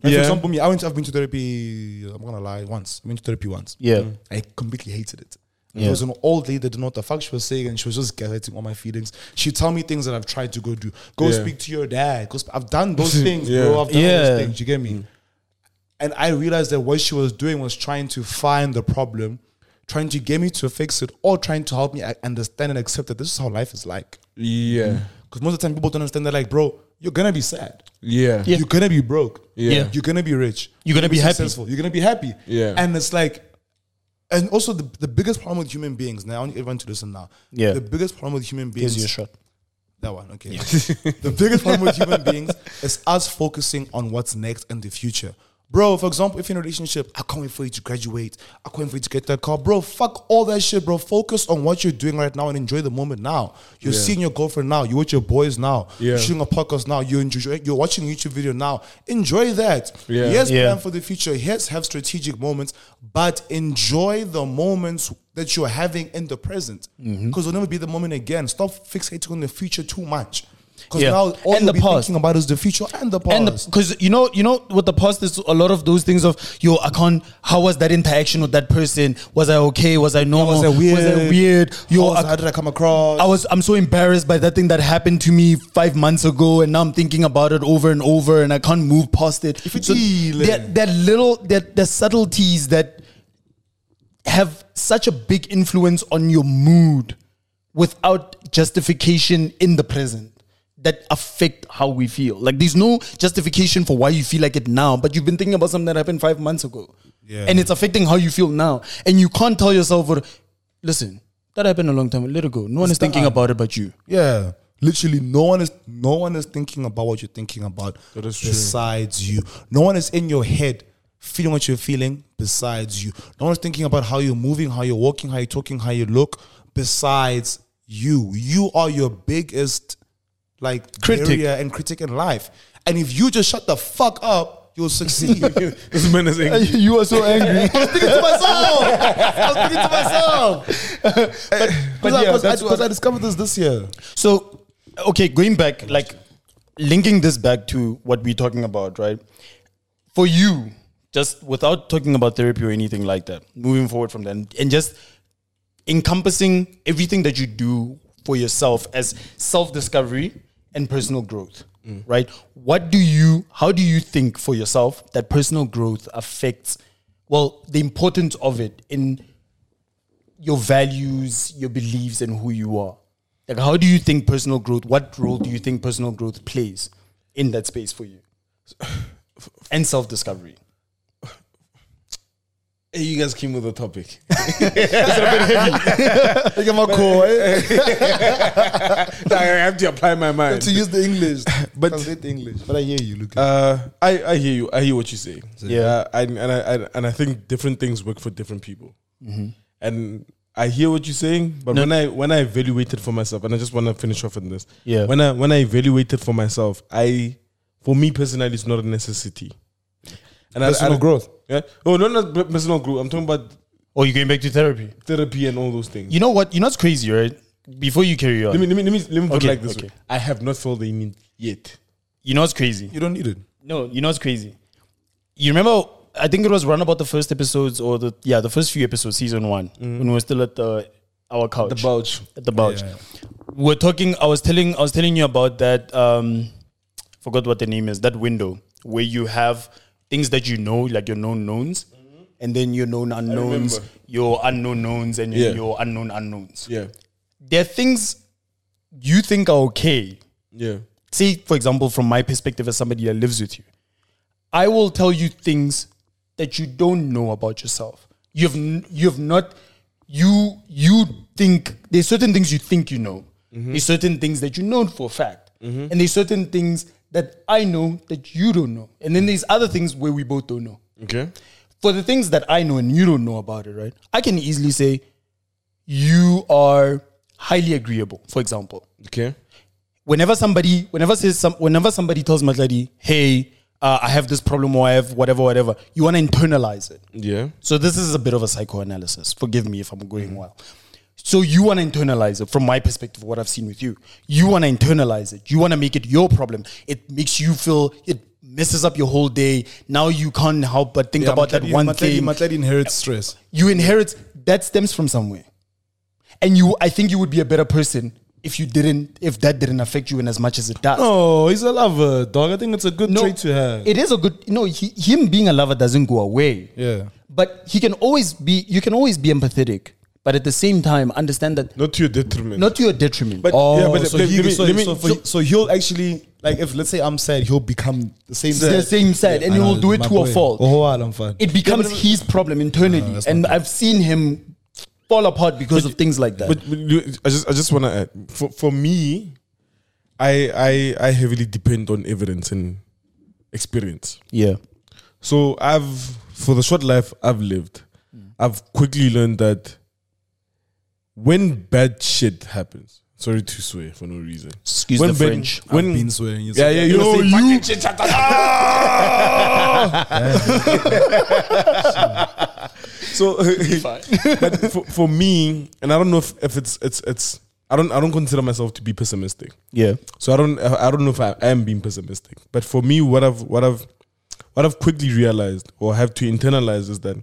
Like Yeah. For example, Mm. me, I went. I've been to therapy. I'm not gonna lie. Once I went to therapy once. Yeah. I completely hated it. It was an old lady that knew what the fuck she was saying, and she was just gaslighting all my feelings. She'd tell me things that I've tried to go do. Go Yeah. speak to your dad. Go sp- I've done *laughs* those things, Yeah. bro. I've done Yeah. those things. You get me? And I realized that what she was doing was trying to find the problem, trying to get me to fix it, or trying to help me uh, understand and accept that this is how life is like. Yeah. Because most of the time, people don't understand that, like, bro, you're gonna be sad. Yeah. Yeah. You're gonna be broke. Yeah. You're gonna be rich. You're gonna be happy. successful. You're gonna be happy. Yeah. And it's like, and also the, the biggest problem with human beings. Now I want everyone to listen now. Yeah. The biggest problem with human beings. Gives you a shot. That one. Okay. *laughs* the biggest problem with human beings is us focusing on what's next and the future. Bro, for example, if you're in a relationship, I can't wait for you to graduate. I can't wait for you to get that car. Bro, fuck all that shit, bro. Focus on what you're doing right now and enjoy the moment now. You're Yeah. seeing your girlfriend now. You're with your boys now. Yeah. You're shooting a podcast now. You're, enjoy- you're watching a YouTube video now. Enjoy that. Yeah. Yes, Yeah. plan for the future. Yes, have strategic moments, but enjoy the moments that you're having in the present. Because Mm-hmm. it'll never be the moment again. Stop fixating on the future too much. Because Yeah. now all And you'll the be past. thinking about is the future and the past. And because you know, you know, with the past, there's a lot of those things of yo, I can't. How was that interaction with that person? Was I okay? Was I normal? was that weird? I weird? Yo, How was- I- how did I come across? I was I'm so embarrassed by that thing that happened to me five months ago, and now I'm thinking about it over and over, and I can't move past it. it's So healing. that that little that the subtleties that have such a big influence on your mood without justification in the present that affect how we feel. Like there's no justification for why you feel like it now, but you've been thinking about something that happened five months ago. Yeah. And it's affecting how you feel now. And you can't tell yourself, "Well, listen, that happened a long time. Let it go. No one is thinking done. about it *laughs* but you. yeah. Literally, no one is no one is thinking about what you're thinking about is true. besides you. No one is in your head feeling what you're feeling besides you. No one's thinking about how you're moving, how you're walking, how you're talking, how you look besides you. You are your biggest like Critic. barrier and critic in life. And if you just shut the fuck up, you'll succeed. *laughs* This man is *laughs* angry. you are so angry. I was thinking to myself. I was thinking to myself. *laughs* but yeah, that's what- Because I discovered this this year. So, okay, going back, like linking this back to what we're talking about, right? For you, just without talking about therapy or anything like that, moving forward from then, and just encompassing everything that you do for yourself as self discovery and personal growth, right? What do you, how do you think for yourself that personal growth affects, well, the importance of it in your values, your beliefs, and who you are? Like, how do you think personal growth? What role do you think personal growth plays in that space for you? And self discovery. Hey, you guys came with a topic. *laughs* Look at my core. *laughs* eh? I have to apply my mind. to use the English, But- translate the English. But I hear you, Lucas. Uh, I, I hear you. I hear what you say. Yeah. Uh, I, and I, I and I think different things work for different people. Mm-hmm. And I hear what you're saying, but when I when I evaluated for myself, and I just want to finish off on this. Yeah. When I when I evaluated for myself, I for me personally, it's not a necessity. And I- Personal I, growth. Yeah. Oh, no, not per- personal growth. I'm talking about Or you going back to therapy? therapy and all those things. You know what? You know what's crazy, right? Before you carry on, let me let me let me, let me put Okay, it like this: okay. way. I have not felt the need yet. you know what's crazy? you don't need it. No, you know what's crazy? You remember? I think it was round about the first episodes or the yeah the first few episodes, season one, when we were still at the our couch, The bulge. at the bulge. Yeah. We're talking. I was telling. I was telling you about that. Um, forgot what the name is. That window where you have things that you know, like your known knowns, and then your known unknowns, Mm-hmm. remember. your unknown knowns, and your- Yeah. your unknown unknowns. Yeah. There are things you think are okay, Yeah. say for example from my perspective as somebody that lives with you i will tell you things that you don't know about yourself you've you've not you you think there's certain things you think you know there's certain things that you know for a fact and there's certain things that i know that you don't know and then there's other things where we both don't know Okay. for the things that I know and you don't know about it, right? I can easily say you are highly agreeable, for example Okay. whenever somebody whenever says some whenever somebody tells Matladi, hey, uh, I have this problem or I have whatever, whatever, you want to internalize it. Yeah. So this is a bit of a psychoanalysis. Forgive me if I'm going wild. So you want to internalize it from my perspective, what I've seen with you. You want to internalize it. You want to make it your problem. It makes you feel it messes up your whole day. Now you can't help but think about that one Matladi, thing. Matladi inherits stress. You inherit that stems from somewhere. and you, I think you would be a better person if you didn't, if that didn't affect you in as much as it does. No, he's a lover, dog. I think it's a good trait to have. It is a good. No, he, him being a lover doesn't go away. Yeah. But he can always be. You can always be empathetic, but at the same time, understand that not to your detriment. not to your detriment. But- Oh, Yeah, but so, let- he, let me- so, let me- so, for- so- so he'll actually like if let's say I'm sad, he'll become the same. It's the same side, and he will do it to a fault. Oh, I'm fine. It becomes his problem internally, and I've seen him fall apart because of things like that. But, but you- I just I just want to add for for me, I I I heavily depend on evidence and experience. yeah, So I've for the short life I've lived, I've quickly learned that when bad shit happens, sorry to swear for no reason. excuse when the bad- French. when I've been swearing. yeah yeah you know you so *laughs* but for, for me and I don't know if, if it's it's it's I don't I don't consider myself to be pessimistic. yeah, So I don't I I don't know if I am being pessimistic, but for me, what I've what I've what I've quickly realized or have to internalize is that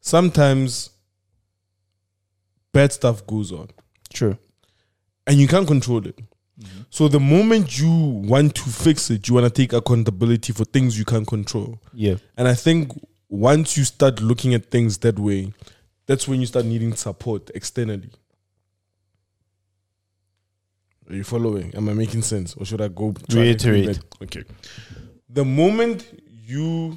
sometimes bad stuff goes on true. and you can't control it. So the moment you want to fix it, you want to take accountability for things you can't control. Yeah, And I think once you start looking at things that way, that's when you start needing support externally. Are you following? Am I making sense? Or should I go try and explain Reiterate. that? Okay. The moment you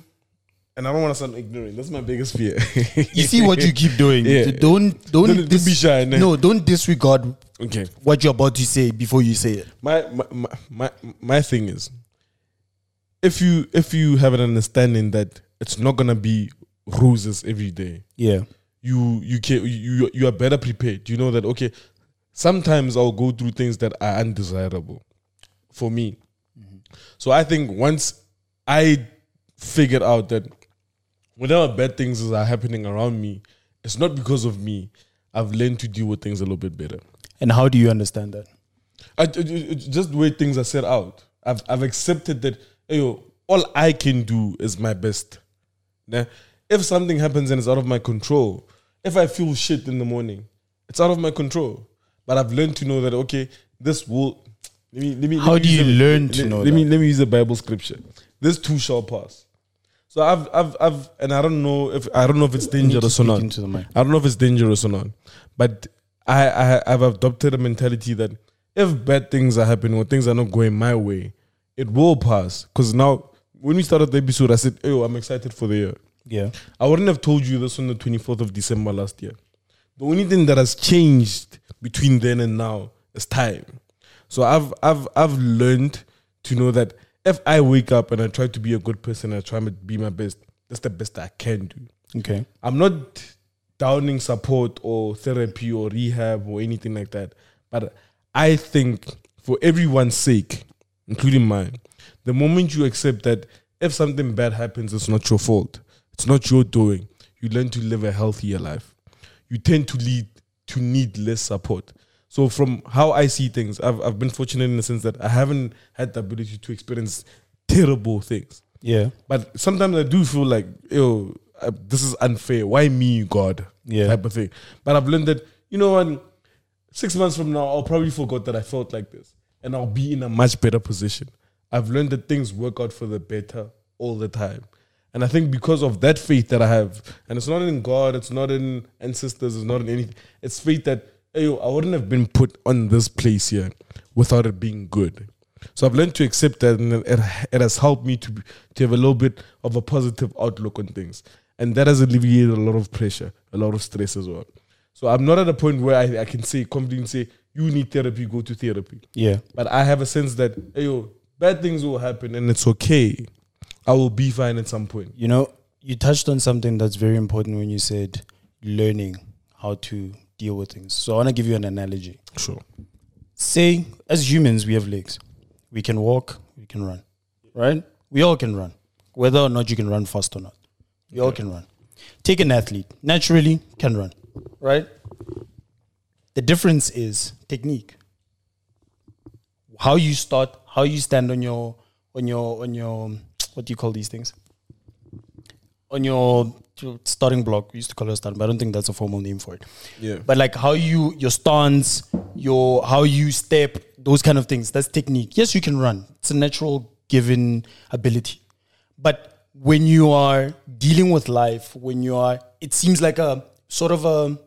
and I don't want to sound ignorant, that's my biggest fear. *laughs* you see what you keep doing. Yeah. Don't don't, Don't- don't be shy, no. No, don't disregard *laughs* okay. what you're about to say before you say it. My my, my my my thing is if you if you have an understanding that it's not gonna be roses every day, Yeah, you you can you you are better prepared. You know that okay. Sometimes I'll go through things that are undesirable for me. So I think once I figured out that whenever bad things are happening around me, it's not because of me. I've learned to deal with things a little bit better. and how do you understand that? I, I- I- I- just the way things are set out. I've I've accepted that. Yo, all I can do is my best. Now, if something happens and it's out of my control, if I feel shit in the morning, it's out of my control. But I've learned to know that okay, this will. Let me let me. How let me do you use a- learn to let- know Let me let me use a Bible scripture. This too shall pass. So I've I've I've and I don't know if I don't know if it's dangerous or speak not. into the mic. I don't know if it's dangerous or not, but I, I I've adopted a mentality that if bad things are happening or things are not going my way, it will pass. Because now, when we started the episode, I said, "Oh, I'm excited for the year." Yeah, I wouldn't have told you this on the 24th of December last year. The only thing that has changed between then and now is time. So I've I've I've learned to know that if I wake up and I try to be a good person, I try to be my best. That's the best I can do. okay. I'm not downing support or therapy or rehab or anything like that. But I think for everyone's sake, including mine, the moment you accept that if something bad happens, it's not your fault, it's not your doing, you learn to live a healthier life. You tend to lead to need less support. So from how I see things, I've I've been fortunate in the sense that I haven't had the ability to experience terrible things. Yeah, But sometimes I do feel like, yo, uh, this is unfair. Why me, God? Yeah. Type of thing. But I've learned that, you know what? Six months from now, I'll probably forgot that I felt like this and I'll be in a much better position. I've learned that things work out for the better all the time. And I think because of that faith that I have, and it's not in God, it's not in ancestors, it's not in anything, it's faith that, hey, yo, I wouldn't have been put on this place here without it being good. So I've learned to accept that, and it, it has helped me to be- to have a little bit of a positive outlook on things, and that has alleviated a lot of pressure, a lot of stress as well. So I'm not at a point where I, I can say confidently say you need therapy, go to therapy. yeah, But I have a sense that hey, yo, bad things will happen, and it's okay. I will be fine at some point. You know, you touched on something that's very important when you said learning how to deal with things. So I want to give you an analogy. Sure. Say, as humans, we have legs. We can walk, we can run, right? We all can run, whether or not you can run fast or not. We all can run. Take an athlete, naturally can run, right? The difference is technique. How you start, how you stand on your, on your, on your, what do you call these things? on your to starting block. We used to call it a starting, but I don't think that's a formal name for it. Yeah. But like how you your stance, your how you step, those kind of things. That's technique. Yes, you can run. It's a natural given ability. But when you are dealing with life, when you are, it seems like a sort of a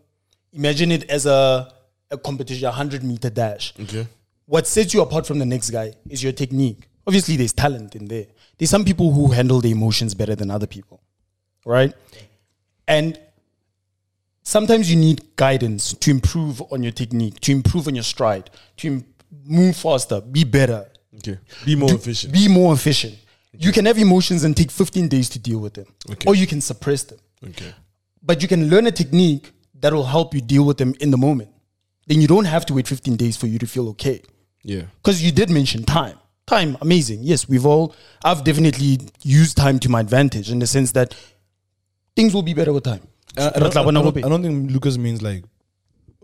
imagine it as a a competition, a hundred meter dash Okay. what sets you apart from the next guy is your technique. Obviously, there's talent in there. There's some people who handle their emotions better than other people, right? And sometimes you need guidance to improve on your technique, to improve on your stride, to im- move faster, be better, Okay. Be more efficient. be more efficient. You can have emotions and take 15 days to deal with them, Okay. or you can suppress them okay. but you can learn a technique that will help you deal with them in the moment. Then you don't have to wait 15 days for you to feel okay. Yeah. Because you did mention time. Time, amazing. Yes, we've all, I've definitely used time to my advantage in the sense that things will be better with time. Uh, I don't, I don't- I don't think Lucas means like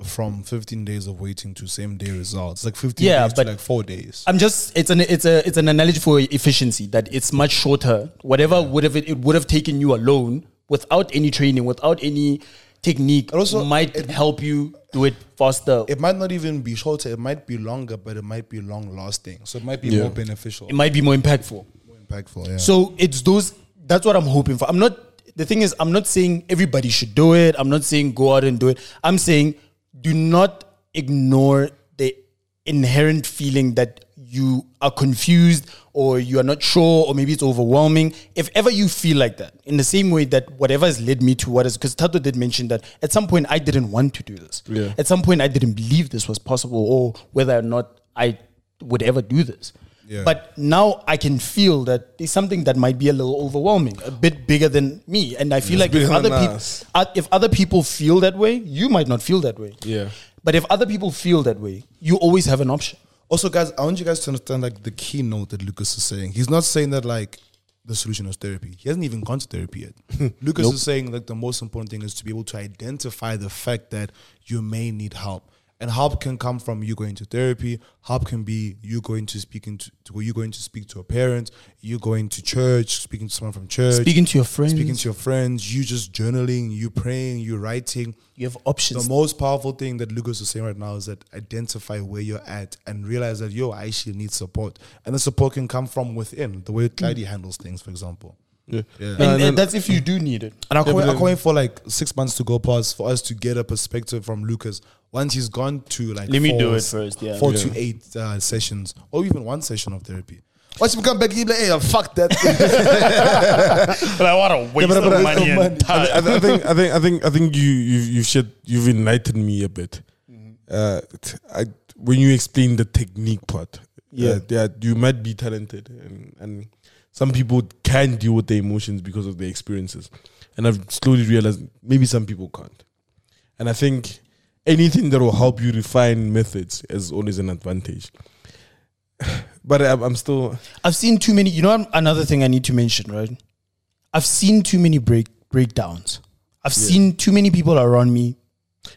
from 15 days of waiting to same day results. Like 15 Yeah, days but- to like four days. I'm just it's an it's a it's an analogy for efficiency that it's much shorter. Whatever would have it would have taken you alone without any training, without any technique, also, might help you do it faster. It might not even be shorter. It might be longer, but it might be long lasting. So it might be Yeah. more beneficial, it might be more impactful. more impactful. Yeah. So it's those. That's what I'm hoping for. I'm not. The thing is, I'm not saying everybody should do it. I'm not saying go out and do it. I'm saying do not ignore the inherent feeling that you are confused or you are not sure or maybe it's overwhelming. If ever you feel like that, in the same way that whatever has led me to what is, because Tato did mention that at some point I didn't want to do this. Yeah. At some point I didn't believe this was possible or whether or not I would ever do this. Yeah. But now I can feel that there's something that might be a little overwhelming, a bit bigger than me. And I feel like if bigger other than people us. uh, if other people feel that way, you might not feel that way. Yeah. But if other people feel that way, you always have an option. Also, guys, I want you guys to understand like the keynote that Lucas is saying. He's not saying that like the solution is therapy. He hasn't even gone to therapy yet. Lucas is saying like the most important thing is to be able to identify the fact that you may need help. And help can come from you going to therapy. Help can be you going to speaking to, to you going to speak to a parent, you going to church, speaking to someone from church, Speaking to your friends, speaking to your friends, you just journaling, you praying, you writing. you have options. The most powerful thing that Lucas is saying right now is that identify where you're at and realize that yo, I actually need support, and the support can come from within. The way Clyde handles things, for example. Yeah. Yeah. and, And then- and that's if you do need it. And I can't, wait, I but can't wait for like six months to go past for us to get a perspective from Lucas. Once he's gone to like Let me four- do it first, yeah. four Yeah. to eight uh, sessions, or even one session of therapy. Once you come back, you be like, hey, fuck that. *laughs* thing." But I want to waste but- but- money and I, I, I think I think I think I think you you've you've shed, you've enlightened me a bit. Uh, t- I, when you explain the technique part, Yeah. uh, that you might be talented, and and some people can deal with their emotions because of their experiences, and I've slowly realized maybe some people can't, and I think anything that will help you refine methods is always an advantage. *sighs* But I'm, I'm still I've seen too many. You know, an- another thing I need to mention, right? I've seen too many break breakdowns. I've seen too many people around me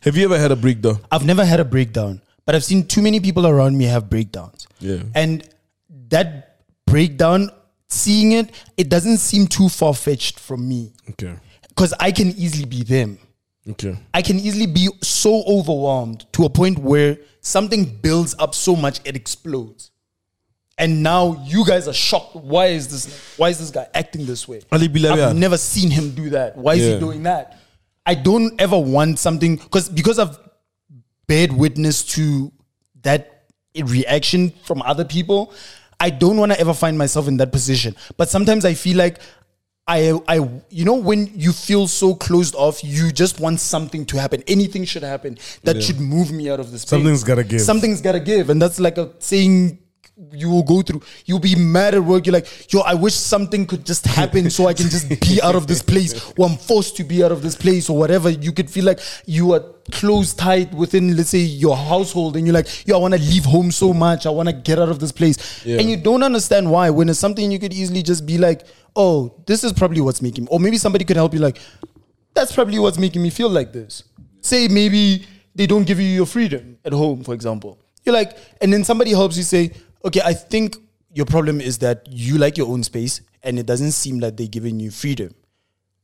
Have you ever had a breakdown? I've never had a breakdown, but I've seen too many people around me have breakdowns. Yeah. And that breakdown, seeing it, it doesn't seem too far fetched from me Okay. because I can easily be them. Okay. I can easily be so overwhelmed to a point where something builds up so much it explodes. And now you guys are shocked. Why is this? Why is this guy acting this way? Ali Bilal. I've never seen him do that. Why is Yeah. he doing that? I don't ever want something because because I've bared witness to that reaction from other people. I don't want to ever find myself in that position. But sometimes I feel like I I you know when you feel so closed off, you just want something to happen. Anything should happen that should move me out of this. Something's gotta give. Something's gotta give, and that's like a saying you will go through. You'll be mad at work. You're like, yo, I wish something could just happen so I can just be out of this place, or I'm forced to be out of this place, or whatever. You could feel like you are close tight within, let's say, your household, and you're like, yo, I want to leave home so much. I want to get out of this place, Yeah. and you don't understand why. When it's something you could easily just be like, oh, this is probably what's making, or maybe somebody could help you, like, that's probably what's making me feel like this. Say maybe they don't give you your freedom at home, for example. You're like, and then somebody helps you say, okay, I think your problem is that you like your own space and it doesn't seem like they're giving you freedom.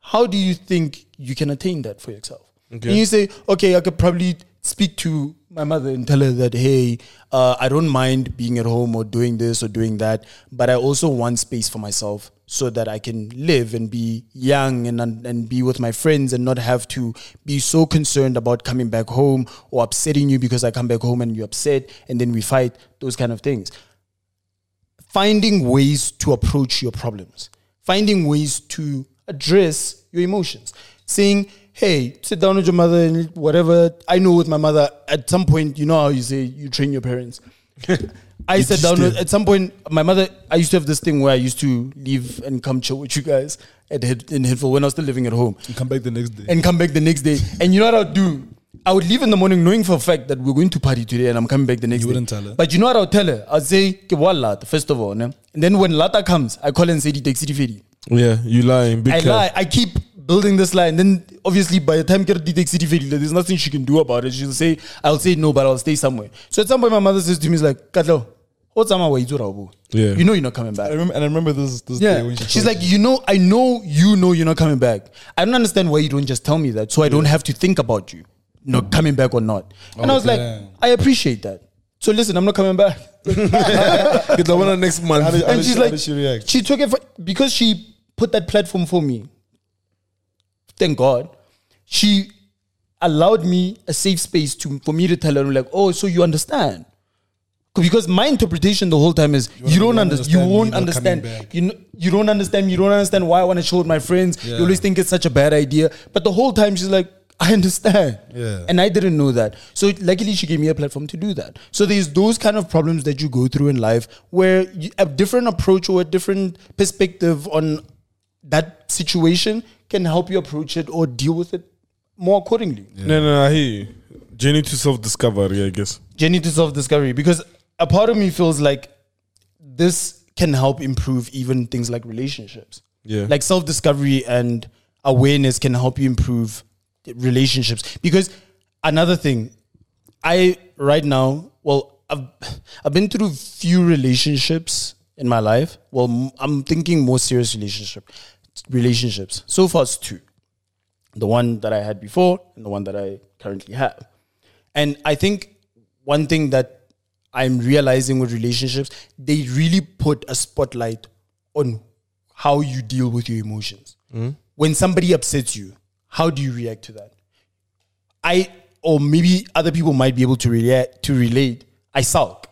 how do you think you can attain that for yourself? Okay. And you say, okay, I could probably speak to my mother and tell her that, hey, uh, I don't mind being at home or doing this or doing that, but I also want space for myself so that I can live and be young and, and and be with my friends and not have to be so concerned about coming back home or upsetting you because I come back home and you're upset and then we fight, those kind of things finding ways to approach your problems, finding ways to address your emotions, saying, Hey, sit down with your mother and whatever. I know with my mother, at some point, you know how you say you train your parents. I sat down with, at some point, my mother, I used to have this thing where I used to leave and come chill with you guys at Head, in Headville when I was still living at home You come back the next day. and come back the next day. And you know what I would do? I would leave in the morning knowing for a fact that we're going to party today and I'm coming back the next You wouldn't day. tell her. But you know what I would tell her? I'd say, "Ke wa lata," first of all. Ne? And then when Lata comes, I call and say, "Diteksi di fedi." Yeah, you lying. Big I cap. lie. I keep building this lie. And then obviously by the time Kira detects it, there's nothing she can do about it. She'll say, I'll say no, but I'll stay somewhere. So at some point my mother says to me, is like, Katlo, what's ama wa izura obu?" Yeah. You know you're not coming back. I remember, and I remember this. this day Yeah. when she She's told like, you know, I know you know you're not coming back. I don't understand why you don't just tell me that so I don't have to think about you not coming back or not. And I was like, Okay. I appreciate that. So listen, I'm not coming back. Get the one on next How month. did- And she- she's how like, did she react? she took it for, because she put that platform for me. Thank God. She allowed me a safe space to for me to tell her like, oh, so you understand. Because my interpretation the whole time is you, don't don't understand, you understand me won't not coming understand, back. you know, you don't understand, you don't understand why I want to chill with my friends. You Yeah. always think it's such a bad idea, but the whole time she's like, I understand, Yeah. and I didn't know that. So luckily, she gave me a platform to do that. So there's those kind of problems that you go through in life where you, a different approach or a different perspective on that situation can help you approach it or deal with it more accordingly. No, no, I hear you. Journey to self discovery, I guess. journey to self discovery because a part of me feels like this can help improve even things like relationships. Yeah. Like self discovery and awareness can help you improve relationships because another thing I right now well I've I've been through few relationships in my life. Well, m- I'm thinking more serious relationship relationships. So far it's two the one that I had before and the one that I currently have. And I think one thing that I'm realizing with relationships, they really put a spotlight on how you deal with your emotions. Mm-hmm. When somebody upsets you, how do you react to that? I or maybe other people might be able to relate to relate. I sulk.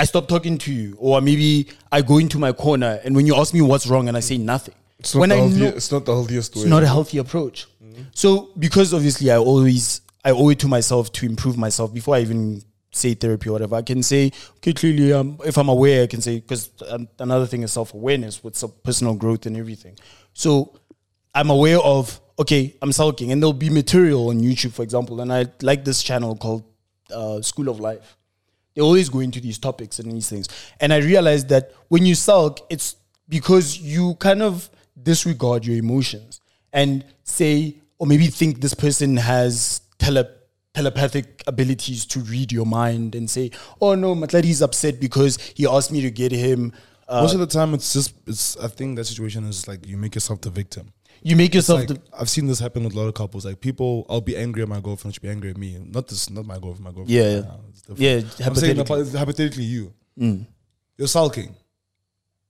I stop talking to you, or maybe I go into my corner, and when you ask me what's wrong, and I say nothing. It's not, when the, I healthiest, know, it's not the healthiest way. it's not a healthy approach. So because obviously I always I owe it to myself to improve myself before I even say therapy or whatever. I can say okay clearly um, if I'm aware I can say because um, another thing is self awareness with some personal growth and everything. So I'm aware of okay I'm sulking and there'll be material on YouTube for example and I like this channel called uh, School of Life. They always go into these topics and these things. And I realized that when you sulk, it's because you kind of disregard your emotions and say, or maybe think this person has tele- telepathic abilities to read your mind and say, oh no, Matladi is upset because he asked me to get him. Uh, Most of the time, it's just it's. I think that situation is like you make yourself the victim. you make yourself Like the. I've seen this happen with a lot of couples. Like people, I'll be angry at my girlfriend. She'll be angry at me. Not this. Not my girlfriend. My girlfriend. Yeah, yeah. Nah, it's different. Yeah, I'm saying hypothetically. Mm. hypo- hypothetically, you you're sulking.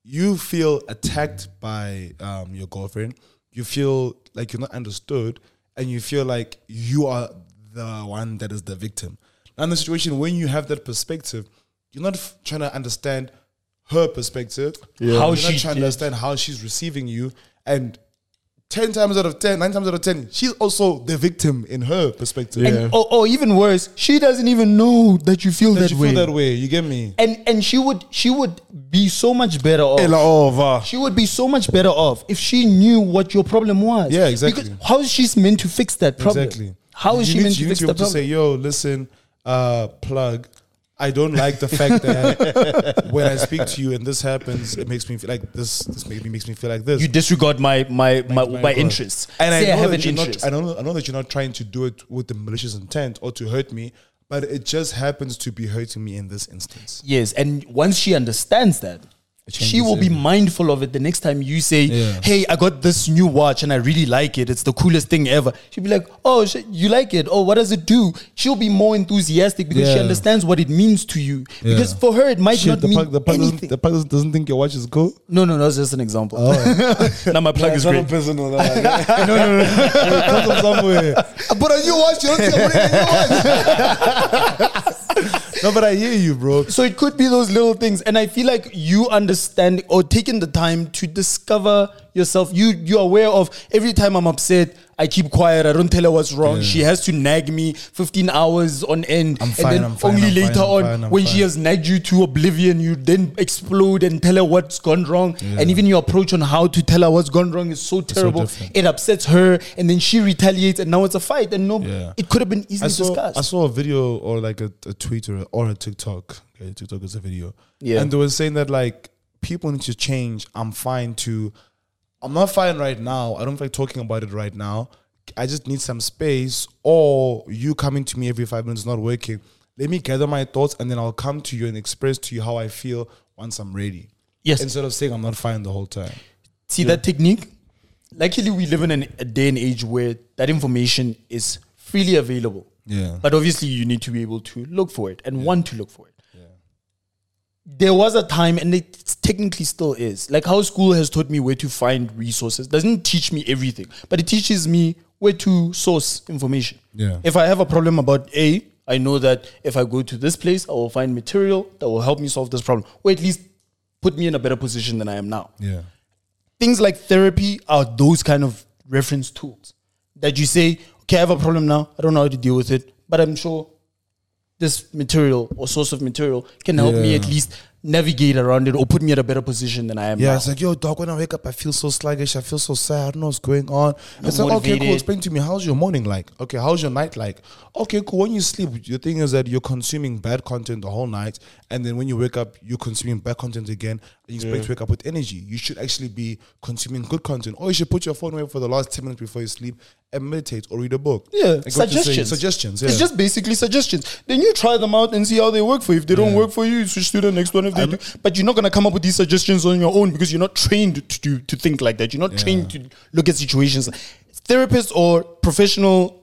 You feel attacked by um, your girlfriend. You feel like you're not understood, and you feel like you are the one that is the victim. Now, in the situation when you have that perspective, you're not f- trying to understand her perspective. How you're she not trying did. to understand how she's receiving you, and ten times out of ten, nine times out of ten, she's also the victim in her perspective. Yeah. and- or, or even worse, she doesn't even know that you feel, That that, you way. feel that way. You get me? And and she would she would be so much better off. Ela ova. She would be so much better off if she knew what your problem was. Yeah, exactly. Because how is she meant to fix that problem? Exactly. How is You she need- meant to you need fix to be that able to problem? say, "Yo, listen, uh, plug. I don't like the fact that *laughs* when I speak to you and this happens, it makes me feel like this. This maybe makes me feel like this. you disregard my my my, my, Like, God. interests. And say I, I, know have an that you're interest. Not, I know. I know that you're not trying to do it with the malicious intent or to hurt me, but it just happens to be hurting me in this instance. yes, and once she understands that, changes she will be everything. mindful of it the next time you say, Yeah. "Hey, I got this new watch and I really like it. It's the coolest thing ever." She'll be like, "Oh, sh- you like it? Oh, what does it do?" She'll be more enthusiastic because she Yeah. understands what it means to you. Because Yeah. for her, it might Shit, not the mean pack, the pack doesn't, anything. the pack doesn't- doesn't think your watch is *laughs* cool. no, no, no. That's just an example. *laughs* now my plug is That's great. not personal. *laughs* that one. no, no, no. It comes from *laughs* somewhere. but a new watch, you don't see a *laughs* No, but I hear you, bro. So it could be those little things, and I feel like you understand or taking the time to discover yourself. You you're aware of every time I'm upset, I keep quiet. I don't tell her what's wrong. She has to nag me 15 hours on end, I'm and fine, then I'm fine, only I'm later fine, I'm on, fine, I'm when she fine. has nagged you to oblivion, you then explode and tell her what's gone wrong. And even your approach on how to tell her what's gone wrong is so terrible. different. it upsets her, and then she retaliates, and now it's a fight. And no, Yeah. it could have been I easily saw, discussed. I saw a video or like a, a tweet or a, or a TikTok. Okay, TikTok is a video. Yeah. And they were saying that like people need to change. I'm fine to, I'm not fine right now. I don't like talking about it right now. I just need some space. Or you coming to me every five minutes is not working. Let me gather my thoughts and then I'll come to you and express to you how I feel once I'm ready. Yes. Instead of saying I'm not fine the whole time. See that technique? Luckily, we live in an, a day and age where that information is freely available. Yeah. But obviously, you need to be able to look for it and want to look for it. There was a time, and it technically still is, like how school has taught me where to find resources. Doesn't teach me everything, but it teaches me where to source information. Yeah. If I have a problem about A, I know that if I go to this place, I will find material that will help me solve this problem, or at least put me in a better position than I am now Yeah. things like therapy are those kind of reference tools that you say, okay, I have a problem now. I don't know how to deal with it, but I'm sure this material or source of material can help me Yeah. at least navigate around it or put me at a better position than I am Yeah, now. it's like, yo, dog, when I wake up, I feel so sluggish. I feel so sad. I don't know what's going on. it's like, okay, motivated. cool. Explain to me, how's your morning like? Okay, how's your night like? Okay, cool. When you sleep, the thing is that you're consuming bad content the whole night. And then when you wake up, you're consuming bad content again. And you expect to wake up with energy. You should actually be consuming good content. Or you should put your phone away for the last 10 minutes before you sleep and meditate or read a book. Yeah, Like what you're saying, suggestions. Suggestions, yeah. It's just basically suggestions. Then you try them out and see how they work for you. If they don't work for you, you switch to the next one. If they do, but you're not gonna come up with these suggestions on your own because you're not trained to do to think like that. You're not trained to look at situations. Therapists or professional.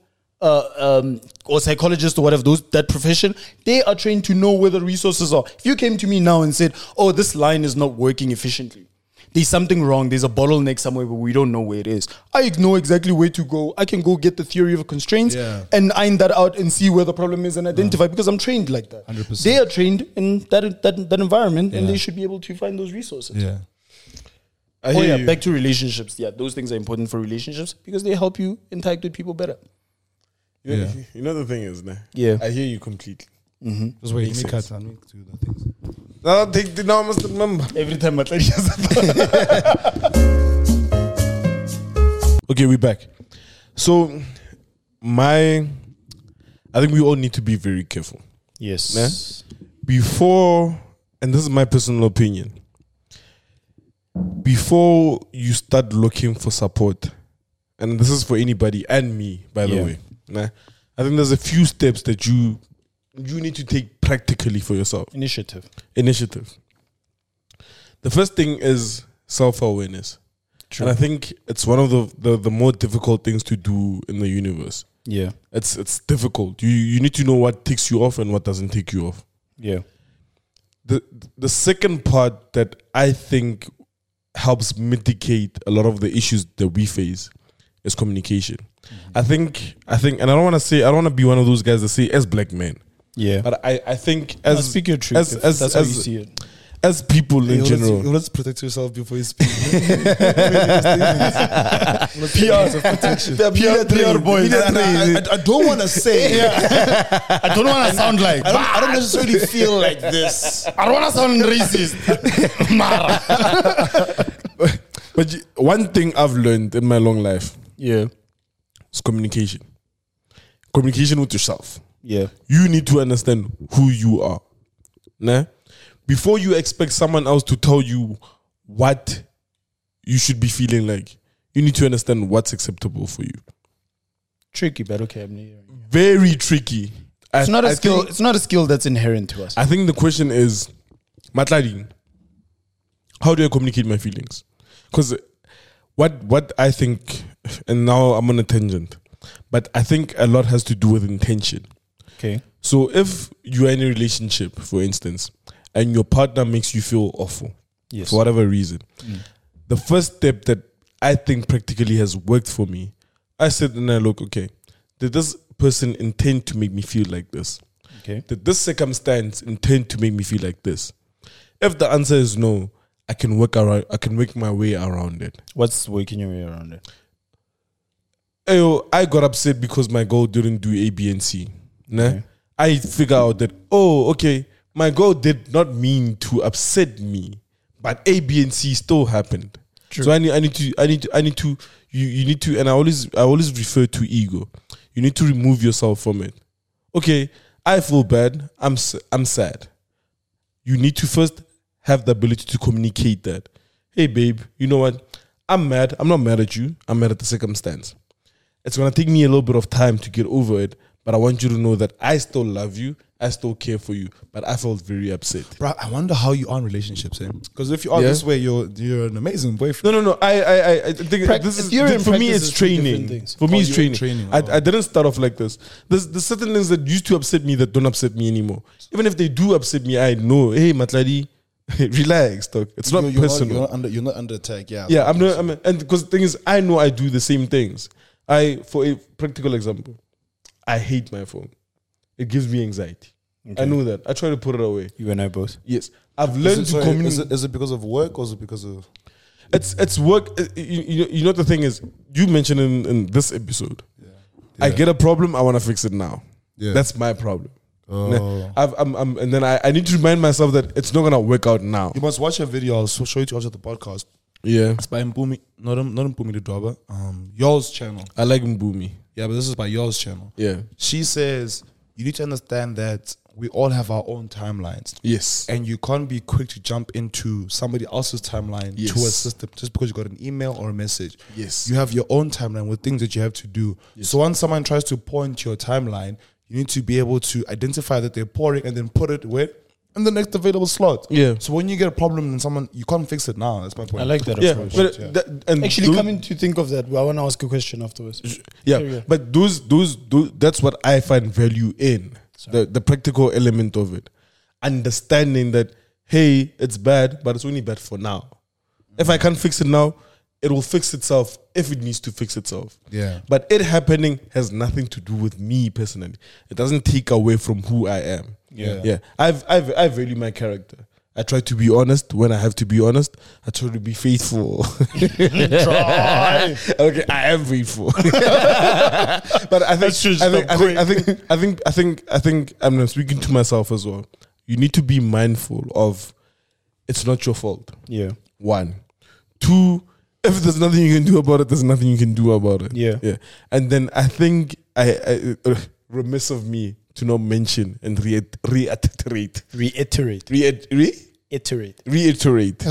Uh, um, or psychologists or whatever those that profession they are trained to know where the resources are if you came to me now and said oh this line is not working efficiently there's something wrong. There's a bottleneck somewhere, but we don't know where it is. I know exactly where to go. I can go get the theory of constraints Yeah. and iron that out and see where the problem is and identify because I'm trained like that. 100%. They are trained in that that, that environment and Yeah. they should be able to find those resources. yeah. I Oh hear yeah, you. back to relationships. Yeah, those things are important for relationships because they help you interact with people better. You know, Yeah. *laughs* you know the thing is, nah, Yeah. I hear you completely. Just wait, Makes let me cut. Let me do the things. No, take the, now I must remember. Every time I tell *laughs* you something. Okay, we're back. So, my, I think we all need to be very careful. Yes. Before, and this is my personal opinion, before you start looking for support, and this is for anybody and me, by the Yeah. way, nah, I think there's a few steps that you you need to take practically for yourself. Initiative. initiative. The first thing is self awareness. And I think it's one of the, the, the more difficult things to do in the universe. Yeah. It's it's difficult. You you need to know what takes you off and what doesn't take you off. Yeah. The the second part that I think helps mitigate a lot of the issues that we face is communication. Mm-hmm. I think I think and I don't wanna say I don't wanna be one of those guys that say as black men. Yeah. But I, I think as speak your truth. as if as, that's as, how you see it. as people in You always- general. You let's protect yourself before you *laughs* speak. *laughs* PR. protection. PR, PR boys. *laughs* I, I, I don't want to say. I don't want to sound like. I don't, I don't necessarily feel like this. *laughs* I don't want to sound *laughs* racist. Mara. But you- one thing I've learned in my long life Yeah. is communication. Communication with yourself. Yeah. You need to understand who you are. Nah? Before you expect someone else to tell you what you should be feeling like, you need to understand what's acceptable for you. Tricky, but okay. I'm near. Very tricky. It's not a skill. it's not a skill that's inherent to us. I think the question is, Matladi, how do I communicate my feelings? Because what what I think, and now I'm on a tangent, but I think a lot has to do with intention. Okay. So if you are in a relationship, for instance, and your partner makes you feel awful Yes. for whatever reason, the first step that I think practically has worked for me, I said and I look, okay, did this person intend to make me feel like this? Okay. Did this circumstance intend to make me feel like this? If the answer is no, I can work around. I can work my way around it. What's working your way around it? Ayo, I got upset because my girl didn't do A, B, and C. Nah? Okay. I figure out that, oh, okay, my girl did not mean to upset me, but A, B, and C still happened. So I need, I need to, I need to, I need to, you, you need to, and I always, I always refer to ego. You need to remove yourself from it. Okay, I feel bad. I'm, s- I'm sad. You need to first have the ability to communicate that. Hey, babe, you know what? I'm mad. I'm not mad at you. I'm mad at the circumstance it's gonna take me a little bit of time to get over it, but I want you to know that I still love you, I still care for you, but I felt very upset. Bro, I wonder how you are in relationships, eh? Because if you are Yeah. this way, you're you're an amazing boyfriend. No, no, no. I, I, I, I think Prac- this is theory and for me. practice It's is two different training. things. For me, Oh, it's you were in training. training, I, oh. I didn't start off like this. There's, there's certain things that used to upset me that don't upset me anymore. Even if they do upset me, I know. Hey, Matladi, *laughs* relax, dog. It's not You're- you're personal. You're not, under, you're not under attack. Yeah. yeah, I'm not. I'm, and because the thing is, I know I do the same things. I, for a practical example, I hate my phone. It gives me anxiety. I know that. I try to put it away. You and I both. Yes, I've Is learned it, to sorry, is, communicate. it, is it because of work or is it because of? It's it's work. uh, You, you know- you know the thing is, you mentioned in, in this episode, I get a problem. I want to fix it now. Yeah. That's my problem. Oh. I've, I'm, I'm, and then I, I need to remind myself that it's not gonna work out now. You must watch a video. I'll show it to you after the podcast. Yeah, It's by Mpumi, not not Mpumi the Dwaba, um, yours channel. I like Mbumi. Yeah, but this is by yours channel. Yeah. She says you need to understand that we all have our own timelines. Yes. and you can't be quick to jump into somebody else's timeline Yes. to assist them just because you got an email or a message. Yes. You have your own timeline with things that you have to do. So when someone tries to pour into your timeline, you need to be able to identify that they're pouring and then put it where in the next available slot. Yeah. So when you get a problem and someone you can't fix it now. That's my point. I like that Yeah, approach. but that, and Actually, tho- coming to think of that, well, I want to ask a question afterwards. yeah, Carry on. but those, those those that's what I find value in the the practical element of it, understanding that hey, it's bad, but it's only bad for now. If I can't fix it now, it will fix itself if it needs to fix itself. Yeah. But it happening has nothing to do with me personally. It doesn't take away from who I am. Yeah. Yeah. I've I've I value my character. I try to be honest when I have to be honest. I try to be faithful. *laughs* *laughs* okay, I am *laughs* faithful. but I think, just I think, a I think, I think, I think, I think, I think, I'm speaking to myself as well. You need to be mindful of it's not your fault. yeah. One, two. If there's nothing you can do about it, there's nothing you can do about it. Yeah. yeah. And then I think I, I uh, remiss of me to not mention and reiterate, reiterate, Reiterate. reiterate, re- Iterate. reiterate.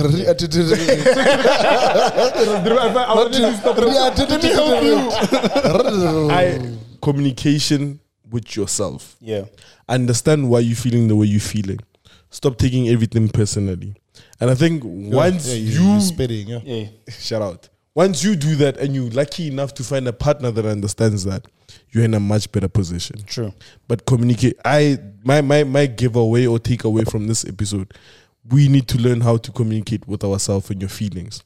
I communication with yourself. Yeah. Understand why you're feeling the way you're feeling. Stop taking everything personally. And I think once Yeah, you, you're spitting, yeah. Yeah. *laughs* shout out, once you do that and you're lucky enough to find a partner that understands that, you're in a much better position. True. But communicate. I my my my giveaway or takeaway from this episode, we need to learn how to communicate with ourselves and your feelings.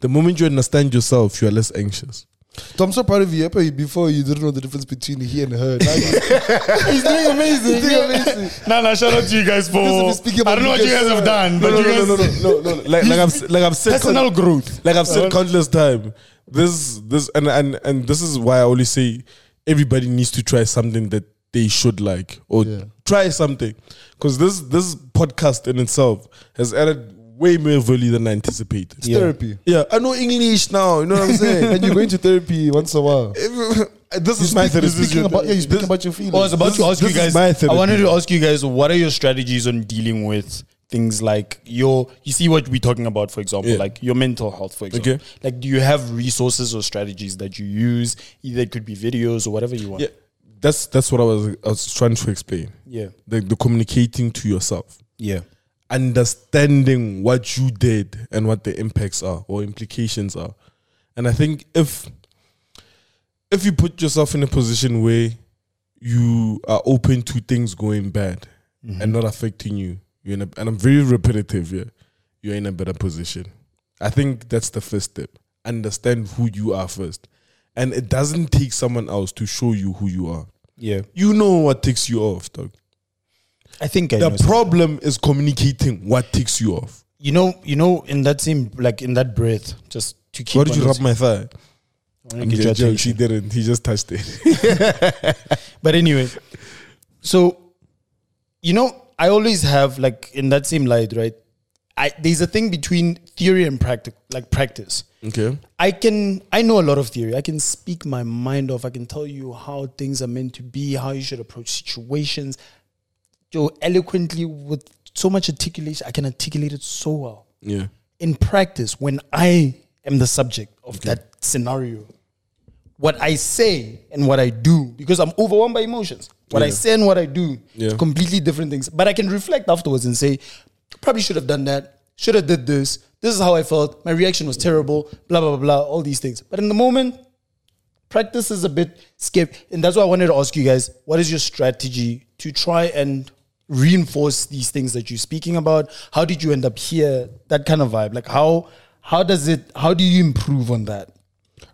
The moment you understand yourself, you are less anxious. So I'm so proud of you. Epa, Before you didn't know the difference between he and her. Now you- He's doing amazing. Nah, nah, shout out to you guys for. This is I don't know what you guys have done, but No, no, you guys. no, no, no, no, no. Like, like I've like I've said Personal growth. Like I've said Uh-huh. countless time. This this and and and this is why I always say everybody needs to try something that they should like or Yeah. try something because this this podcast in itself has added way more value than I anticipated. It's therapy. Yeah, I know English now. You know *laughs* what I'm saying? and you're going to therapy once a while. *laughs* this is my therapy. You're speaking about, yeah, you're speaking about your feelings. Oh, I was about This to is- ask you this is guys. my I therapy. wanted to ask you guys what are your strategies on dealing with things like your. You see what we're talking about, for example, Yeah. like your mental health, for example. Okay. Like, do you have resources or strategies that you use? Either it could be videos or whatever you want. yeah, that's that's what I was I was trying to explain. Yeah. The, the communicating to yourself. Yeah. understanding what you did and what the impacts are or implications are. And I think if if you put yourself in a position where you are open to things going bad and not affecting you, you're in a, and I'm very repetitive here, you're in a better position. I think that's the first step. Understand who you are first. And it doesn't take someone else to show you who you are. Yeah. You know what ticks you off, dog. I think I The know problem is communicating what ticks you off. you know, you know, in that same, like in that breath, just to keep. Why did on you rub this- my thigh? I wanna get your Yeah, yeah, she attention. didn't. He just touched it. But anyway, so you know, I always have like in that same light, right? I there's a thing between theory and practice, like practice. *laughs* Okay. I can I know a lot of theory. I can speak my mind off. I can tell you how things are meant to be, how you should approach situations. So eloquently with so much articulation, I can articulate it so well. Yeah. In practice, when I am the subject of that scenario, what I say and what I do, because I'm overwhelmed by emotions. What I Yeah. say and what I do, Yeah. completely different things. But I can reflect afterwards and say, probably should have done that, should have did this. This is how I felt. My reaction was terrible. Blah blah blah. blah all these things. But in the moment, practice is a bit scary, and that's why I wanted to ask you guys: what is your strategy to try and reinforce these things that you're speaking about? How did you end up here? That kind of vibe. Like how how does it? How do you improve on that?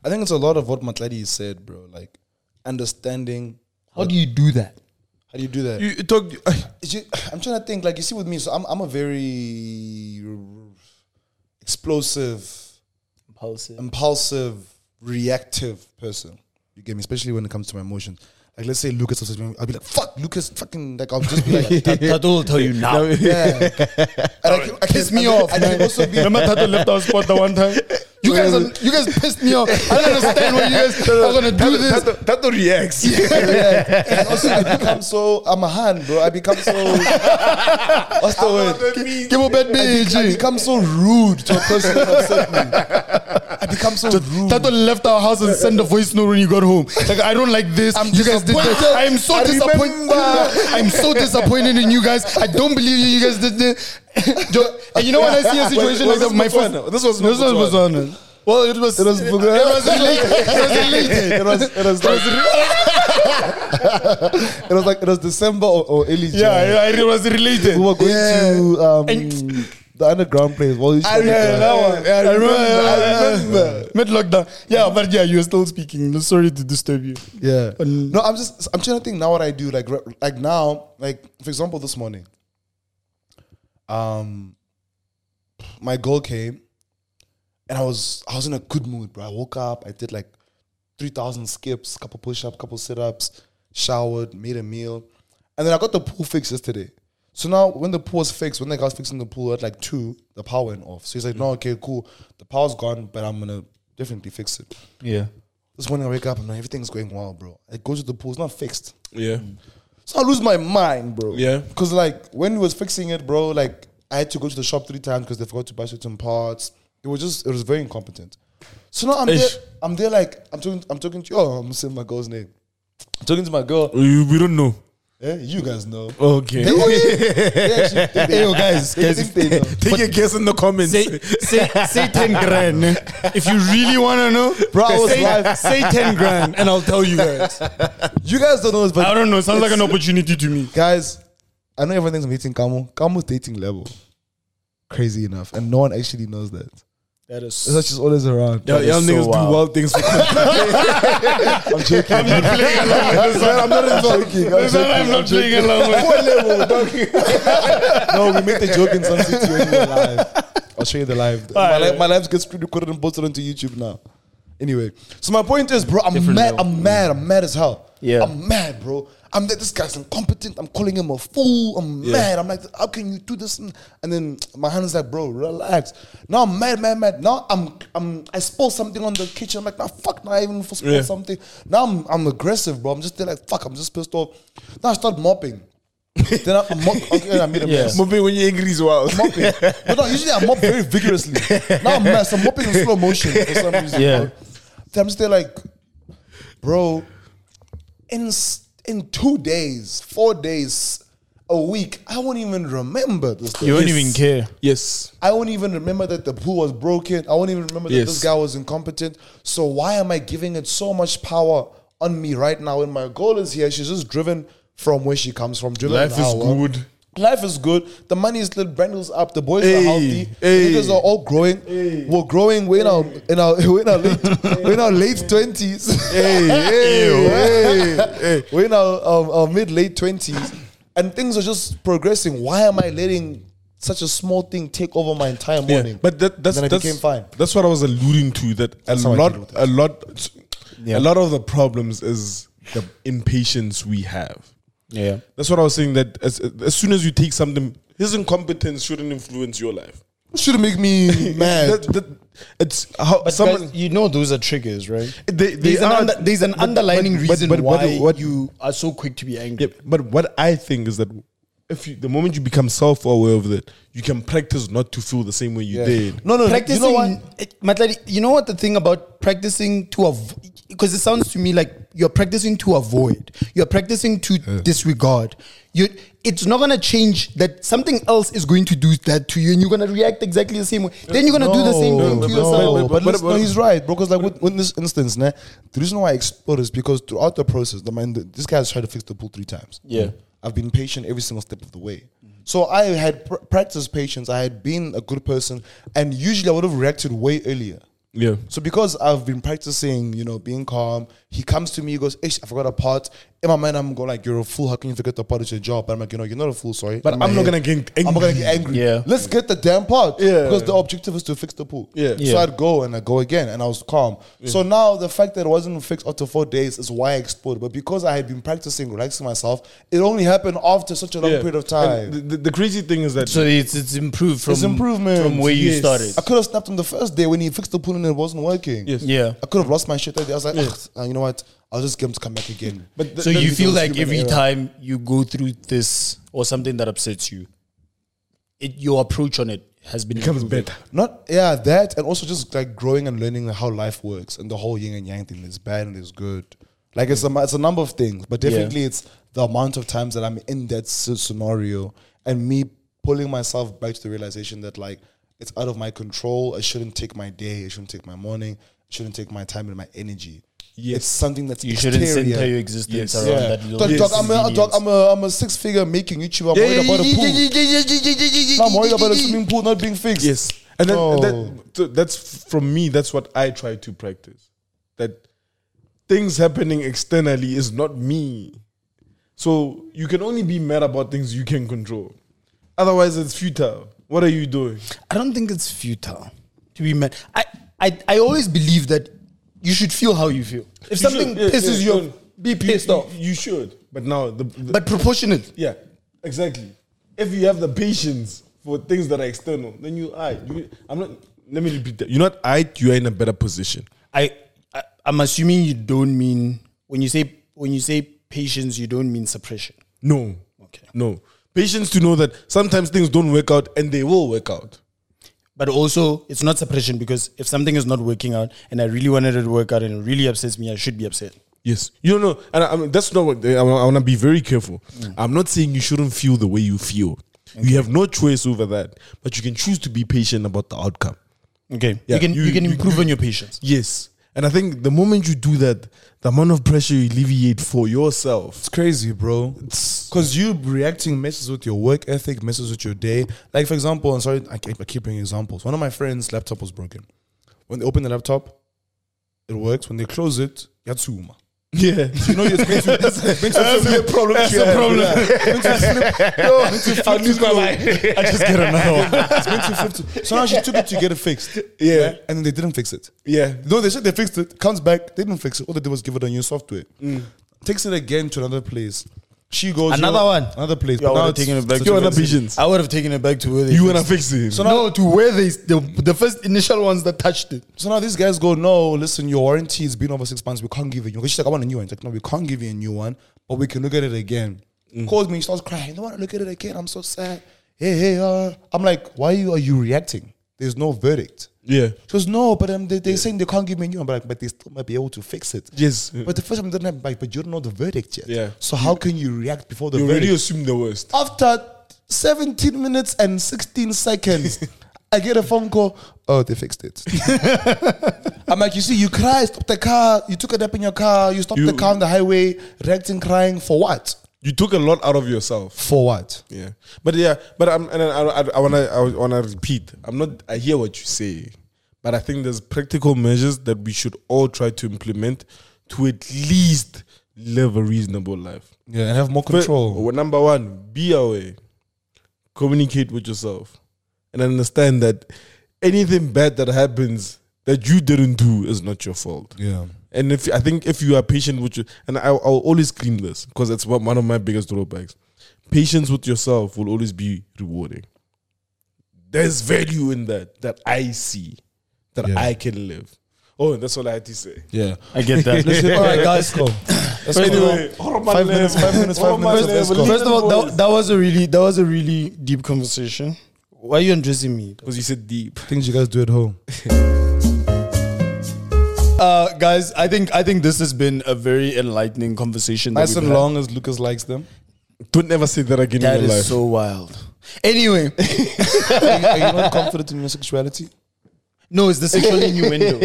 I think it's a lot of what Matladi said, bro. Like understanding How do you do that? how do you do that? You talk. It's ju- *sighs* I'm trying to think. Like you see, with me, so I'm I'm a very explosive Impulsive. *laughs* impulsive, reactive person. You get me? Especially when it comes to my emotions. Like, let's say Lucas upsets me. I'll be like, fuck, Lucas, fucking, like, I'll just be *laughs* like, Tato will tell *laughs* you now. yeah. And I can, I Piss me I off, I can also be, Remember Tato left our spot the one *laughs* time? you guys, are, you guys pissed me off. I don't understand why you *laughs* guys are gonna do this. Tato reacts. Yeah. And also, I become so, I'm a hand, bro. I become so, what's the word? Give a bad I, be- I become so rude to a person that upset me. I become so rude. Tato left our house and sent a voice note when you got home. Like, I don't like this. I'm you guys did disappointed. that. I am so I disappointed. remember. I'm so disappointed in you guys. I don't believe you, you guys did this. Jo- and you know when I *laughs* see a situation Was- like was that, my this first. Botswana? This was this was Botswana. Botswana. Well, it was. It was Botswana. related. It was related. *laughs* it was it was like, *laughs* it was like it was December or, or early January. Yeah, yeah, it was We related. were going to um, the underground place. What I remember that one. Yeah, I remember. I remember. Mid lockdown. Yeah, but yeah, you were still speaking. Sorry to disturb you. Yeah. No, I'm just I'm trying to think now what I do. Like re- like now, like for example, this morning, um, my goal came, and I was I was in a good mood, bro. I woke up, I did like three thousand skips, couple push ups, couple sit ups, showered, made a meal, and then I got the pool fixed yesterday. So now, when the pool was fixed, when the guy was fixing the pool at like two, the power went off. So he's like, "No, okay, cool, the power's gone, but I'm gonna definitely fix it." Yeah. This morning I wake up and everything's going well, bro. I go to the pool, it's not fixed. Yeah. So I lose my mind, bro. Yeah. Because like when we was fixing it, bro, like I had to go to the shop three times because they forgot to buy certain parts. It was just it was very incompetent. So now I'm Ish. there, I'm there like I'm talking I'm talking to oh I'm saying my girl's name. I'm talking to my girl. We, we don't know. Eh, you guys *laughs* know. Okay. They, oh, yeah. They *laughs* actually think they Hey, know. yo, guys, They guys. think they know. Take a guess in the comments. Say, say, say 10 grand. *laughs* If you really want to know, Bro, I was say, live. say 10 grand and I'll tell you guys. *laughs* You guys don't know this, but I don't know. Sounds like an opportunity to me. guys, I know everyone thinks I'm hating Camo. Camo's dating level. Crazy enough. And no one actually knows that. That is. That's just always around. Y'all, y'all so niggas wild. do wild things *laughs* for I'm joking. I'm not playing along with this I'm not joking. I'm This one I'm not playing along with. Poor level, dog. no, we make the joke in some city when we were live. I'll show you the live. My, li- my lives get screen recorded and posted onto YouTube now. Anyway, so my point is, bro, I'm mad. I'm mad. I'm mad as hell. Yeah. I'm mad, bro. I'm like, this guy's incompetent. I'm calling him a fool. I'm mad. I'm like, how can you do this? And and then my hand is like, bro, relax. Now I'm mad, mad, mad. Now I'm, I'm, I spilled something on the kitchen. I'm like, nah, fuck, not even for spilled Yeah. something. Now I'm, I'm aggressive, bro. I'm just there like, fuck, I'm just pissed off. Now I start mopping. then I, I mop. Okay, I made a mess. Maybe when you're angry is wild. Mopping. But no, usually I mop very vigorously. Now I'm mess. I'm mopping in slow motion for some reason. Yeah. bro. Then I'm still like, bro, in s- in two days, four days, a week, I won't even remember this. Thing. You won't even care. Yes. I won't even remember that the pool was broken. I won't even remember that Yes. this guy was incompetent. So why am I giving it so much power on me right now? And my goal is here. She's just driven from where she comes from. Driven Life an is hour. good. Life is good. The money is lit. Brandon's up. The boys are Hey, healthy. hey. The niggas are all growing. We're growing. We're in our in our *laughs* we're in our late we're in our late twenties. *laughs* Hey, hey, hey, hey. We're in our, our, our mid late twenties, and things are just progressing. Why am I letting such a small thing take over my entire morning? Yeah, but that, that's Then I that's, became fine. that's what I was alluding to. That a how I deal lot, with a lot, a lot of the problems is the impatience we have. Yeah. That's what I was saying. That as, as soon as you take something, his incompetence shouldn't influence your life. should make me mad. That, that, it's how But someone guys, you know those are triggers, right? they, they There's, are, an, under, there's an underlining but- reason but- but why what- you are so quick to be angry. Yeah, but what I think is that if you, the moment you become self-aware of that, you can practice not to feel the same way you *laughs* did. no, no, practicing, You know you know, what? you know what the thing about practicing to avoid, because it sounds to me like you're practicing to avoid, you're practicing to disregard. You, it's not gonna change that something else is going to do that to you, and you're gonna react exactly the same way. Then you're gonna do the same thing to no, yourself. But, But- but- listen, no, he's right, bro. Because like with, with this instance, nah, the reason why I explode is because throughout the process, the man, this guy's tried to fix the pool three times. Yeah. I've been patient every single step of the way. So I had pr- practiced patience. I had been a good person, and usually I would have reacted way earlier. Yeah. So because I've been practicing, you know, being calm, he comes to me, he goes, Ish, I forgot a part. In my mind, I'm going like, you're a fool. How can you forget the part? It's your job. But I'm like, you know, you're not a fool, sorry. But In my I'm not head, gonna get I'm not gonna angry. get angry. Yeah. Let's get the damn part. Yeah. Because the objective is to fix the pool. Yeah. So Yeah. I'd go and I'd go again and I was calm. So now the fact that it wasn't fixed after four days is why I exploded. But because I had been practicing relaxing myself, it only happened after such a long Yeah. period of And time. The, the, the crazy thing is that So it's it's improved from it's improvement. from where you Yes. started. I could have snapped on the first day when he fixed the pool and it wasn't working. Yes. Yeah. I could have lost my shit that day. I was like, "Ah, you know what? I'll just get him to come back again. Mm. but th- So th- you feel becomes like human every error. time you go through this or something that upsets you, it your approach on it has been becomes improving. better. Not yeah, that and also just like growing and learning how life works and the whole yin and yang thing. There's bad and there's good. Like it's a mu- it's a number of things, but definitely it's the amount of times that I'm in that s- scenario and me pulling myself back to the realization that like it's out of my control. I shouldn't take my day. I shouldn't take my morning. I shouldn't take my time and my energy. Yes. It's something that's You shouldn't exterior. center your existence Yes. around that. Yeah. Dog, little dog, I'm, a, inconvenience. dog, I'm, a, I'm a six figure making YouTuber. I'm worried about a pool. Now I'm worried about a swimming pool not being fixed. Yes. And then Oh. that, so that's from me, that's what I try to practice. That things happening externally is not me. So you can only be mad about things you can control. Otherwise, it's futile. What are you doing? I don't think it's futile to be mad. I, I, I always believe that you should feel how you feel. If You something should, yeah, pisses yeah, you no, off, be pissed you, off. You should. But now, the, the- But proportionate. yeah, exactly. If you have the patience for things that are external, then you are. You, I'm not. Let me repeat that. You're not I. You are in a better position. I, I I'm assuming you don't mean when you say when you say patience, you don't mean suppression. No. Okay. No. Patience to know that sometimes things don't work out and they will work out. But also, it's not suppression because if something is not working out and I really wanted it to work out and it really upsets me, I should be upset. Yes. You know, and I, I mean, that's not what I, want to be very careful. Mm. I'm not saying you shouldn't feel the way you feel. You have no choice over that, but you can choose to be patient about the outcome. Okay, Yeah, you can you, you- can you- improve on your *laughs* patience. Yes. And I think the moment you do that, the amount of pressure you alleviate for yourself. It's crazy, bro. Because you reacting messes with your work ethic, messes with your day. Like, for example, I'm sorry, I keep, I keep bringing examples. One of my friend's laptop was broken. When they open the laptop, it works. When they close it, Yatsuma. Yeah. You know, it's meant to, it's meant to flip. That's Yeah, the problem. yeah. *laughs* It's meant to flip. Yo, it's meant to I'll flip lose my to- mind. *laughs* I just get another one. It's meant to flip to- So now she took it to get it fixed. Yeah. And then they didn't fix it. Yeah. No, they said they fixed it. Comes back, they didn't fix it. All they did was give it a new software. Takes it again to another place. She goes you Another know- one? another place. Yeah, I But now would've it's- taken it back so to it's- You're not patient. I would have taken it back to where they. You fixed want to fix it. So now, No, to where they the, the first initial ones that *laughs* touched it. so now these guys go, no, listen, your warranty has been over six months. We can't give you. Because she's like, I want a new one. It's like, no, we can't give you a new one, but we can look at it again. Mm. Calls me, starts crying. Don't want to look at it again. I'm so sad. Hey, hey, uh. I'm like, why you, are you reacting? There's no verdict. Yeah. She goes, no, but um, they, they're saying they can't give me a new one. But, like, but they still might be able to fix it. Yes. But the first time didn't have, like, but you don't know the verdict yet. Yeah. So how can you react before the you verdict? already assume the worst. After 17 minutes and 16 seconds, I get a phone call. Oh, they fixed *laughs* it. I'm like, you see, you cry, stop the car, you took a nap in your car, you stopped You- the car on the highway, reacting, crying for what? You took a lot out of yourself. For what? Yeah, but yeah, but I'm and I, I, I wanna I wanna repeat. I'm not. I hear what you say, but I think there's practical measures that we should all try to implement to at least live a reasonable life. Yeah, and have more Fir- well, number one, be aware, communicate with yourself, and understand that anything bad that happens that you didn't do is not your fault. Yeah. And if I think if you are patient with you, and I, I'll always claim this because that's one one of my biggest drawbacks. Patience with yourself will always be rewarding. There's value in that that I see, that Yeah. I can live. Oh, that's all I had to say. Yeah. I get that. All right, guys, go. Let's Anyway, Five minutes, five minutes, five minutes of Escort. First of all, that, that was a really that was a really deep conversation. Why are you undressing me? because you said deep. Things you guys do at home. Uh, guys, I think I think this has been a very enlightening conversation. that Nice we've and had. long as Lucas likes them. Don't ever say that again That in your life. is so wild. *laughs* Anyway, Are you, are you *laughs* not confident in your sexuality? no, it's the sexual *laughs* innuendo.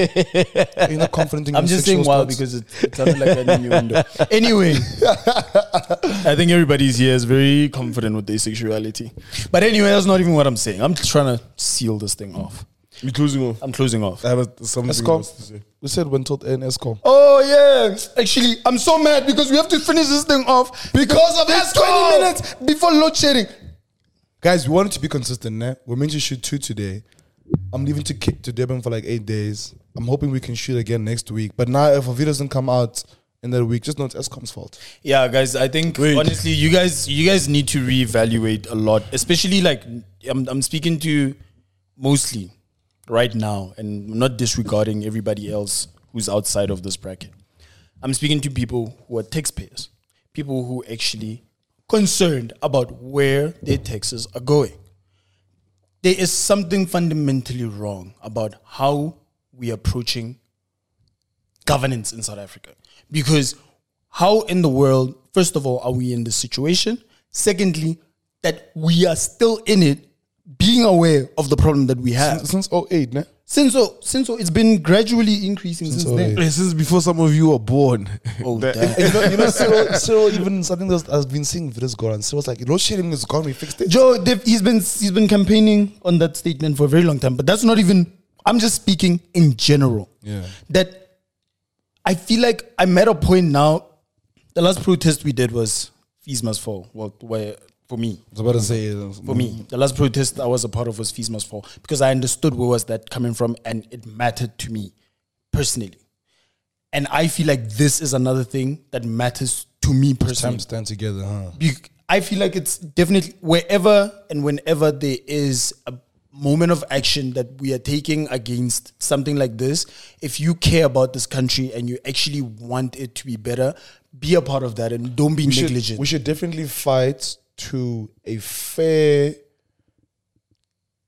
Are you not confident in your I'm just saying sexual wow starts? because it, it sounded like an innuendo. Anyway, *laughs* I think everybody's here is very confident with their sexuality. But anyway, that's not even what I'm saying. I'm trying to seal this thing off. We're closing off. I'm closing off. I have a, something Escort. else to say. we said when told and Escom. Oh yeah, actually, I'm so mad because we have to finish this thing off because of There's this 20 20 minutes minutes before load shedding. Guys, we wanted to be consistent. Nah? We're meant to shoot two today. I'm leaving to Cape to Durban for like eight days. I'm hoping we can shoot again next week. But now, if a video doesn't come out in that week, just know it's Escom's fault. Yeah, guys, I think honestly, you guys, you guys need to reevaluate a lot, especially like I'm, I'm speaking to mostly right now, and I'm not disregarding everybody else who's outside of this bracket. I'm speaking to people who are taxpayers, people who actually concerned about where their taxes are going. There is something fundamentally wrong about how we are approaching governance in South Africa. Because how in the world, first of all, are we in this situation? Secondly, that we are still in it, being aware of the problem that we have. Since 08, nah? Since so, since so, it's been gradually increasing since, then. 08. Hey, Since before some of you were born, Oh, damn. you know, you know Cyril, Cyril even something that I've been seeing videos go around. Cyril's like, load shedding is gone, we fixed it. Joe, they've- he's been he's been campaigning on that statement for a very long time, but that's not even. I'm just speaking in general. Yeah. That I feel like I'm at a point now. The last protest we did was fees must fall. Well, where, for me, I was about to say, uh, for Mm-hmm. me, the last protest I was a part of was fees must fall because I understood where was that coming from and it mattered to me personally. And I feel like this is another thing that matters to me personally. time to stand together, huh? Bec- I feel like it's definitely wherever and whenever there is a moment of action that we are taking against something like this, if you care about this country and you actually want it to be better, be a part of that and don't be should- negligent. we should definitely fight to a fair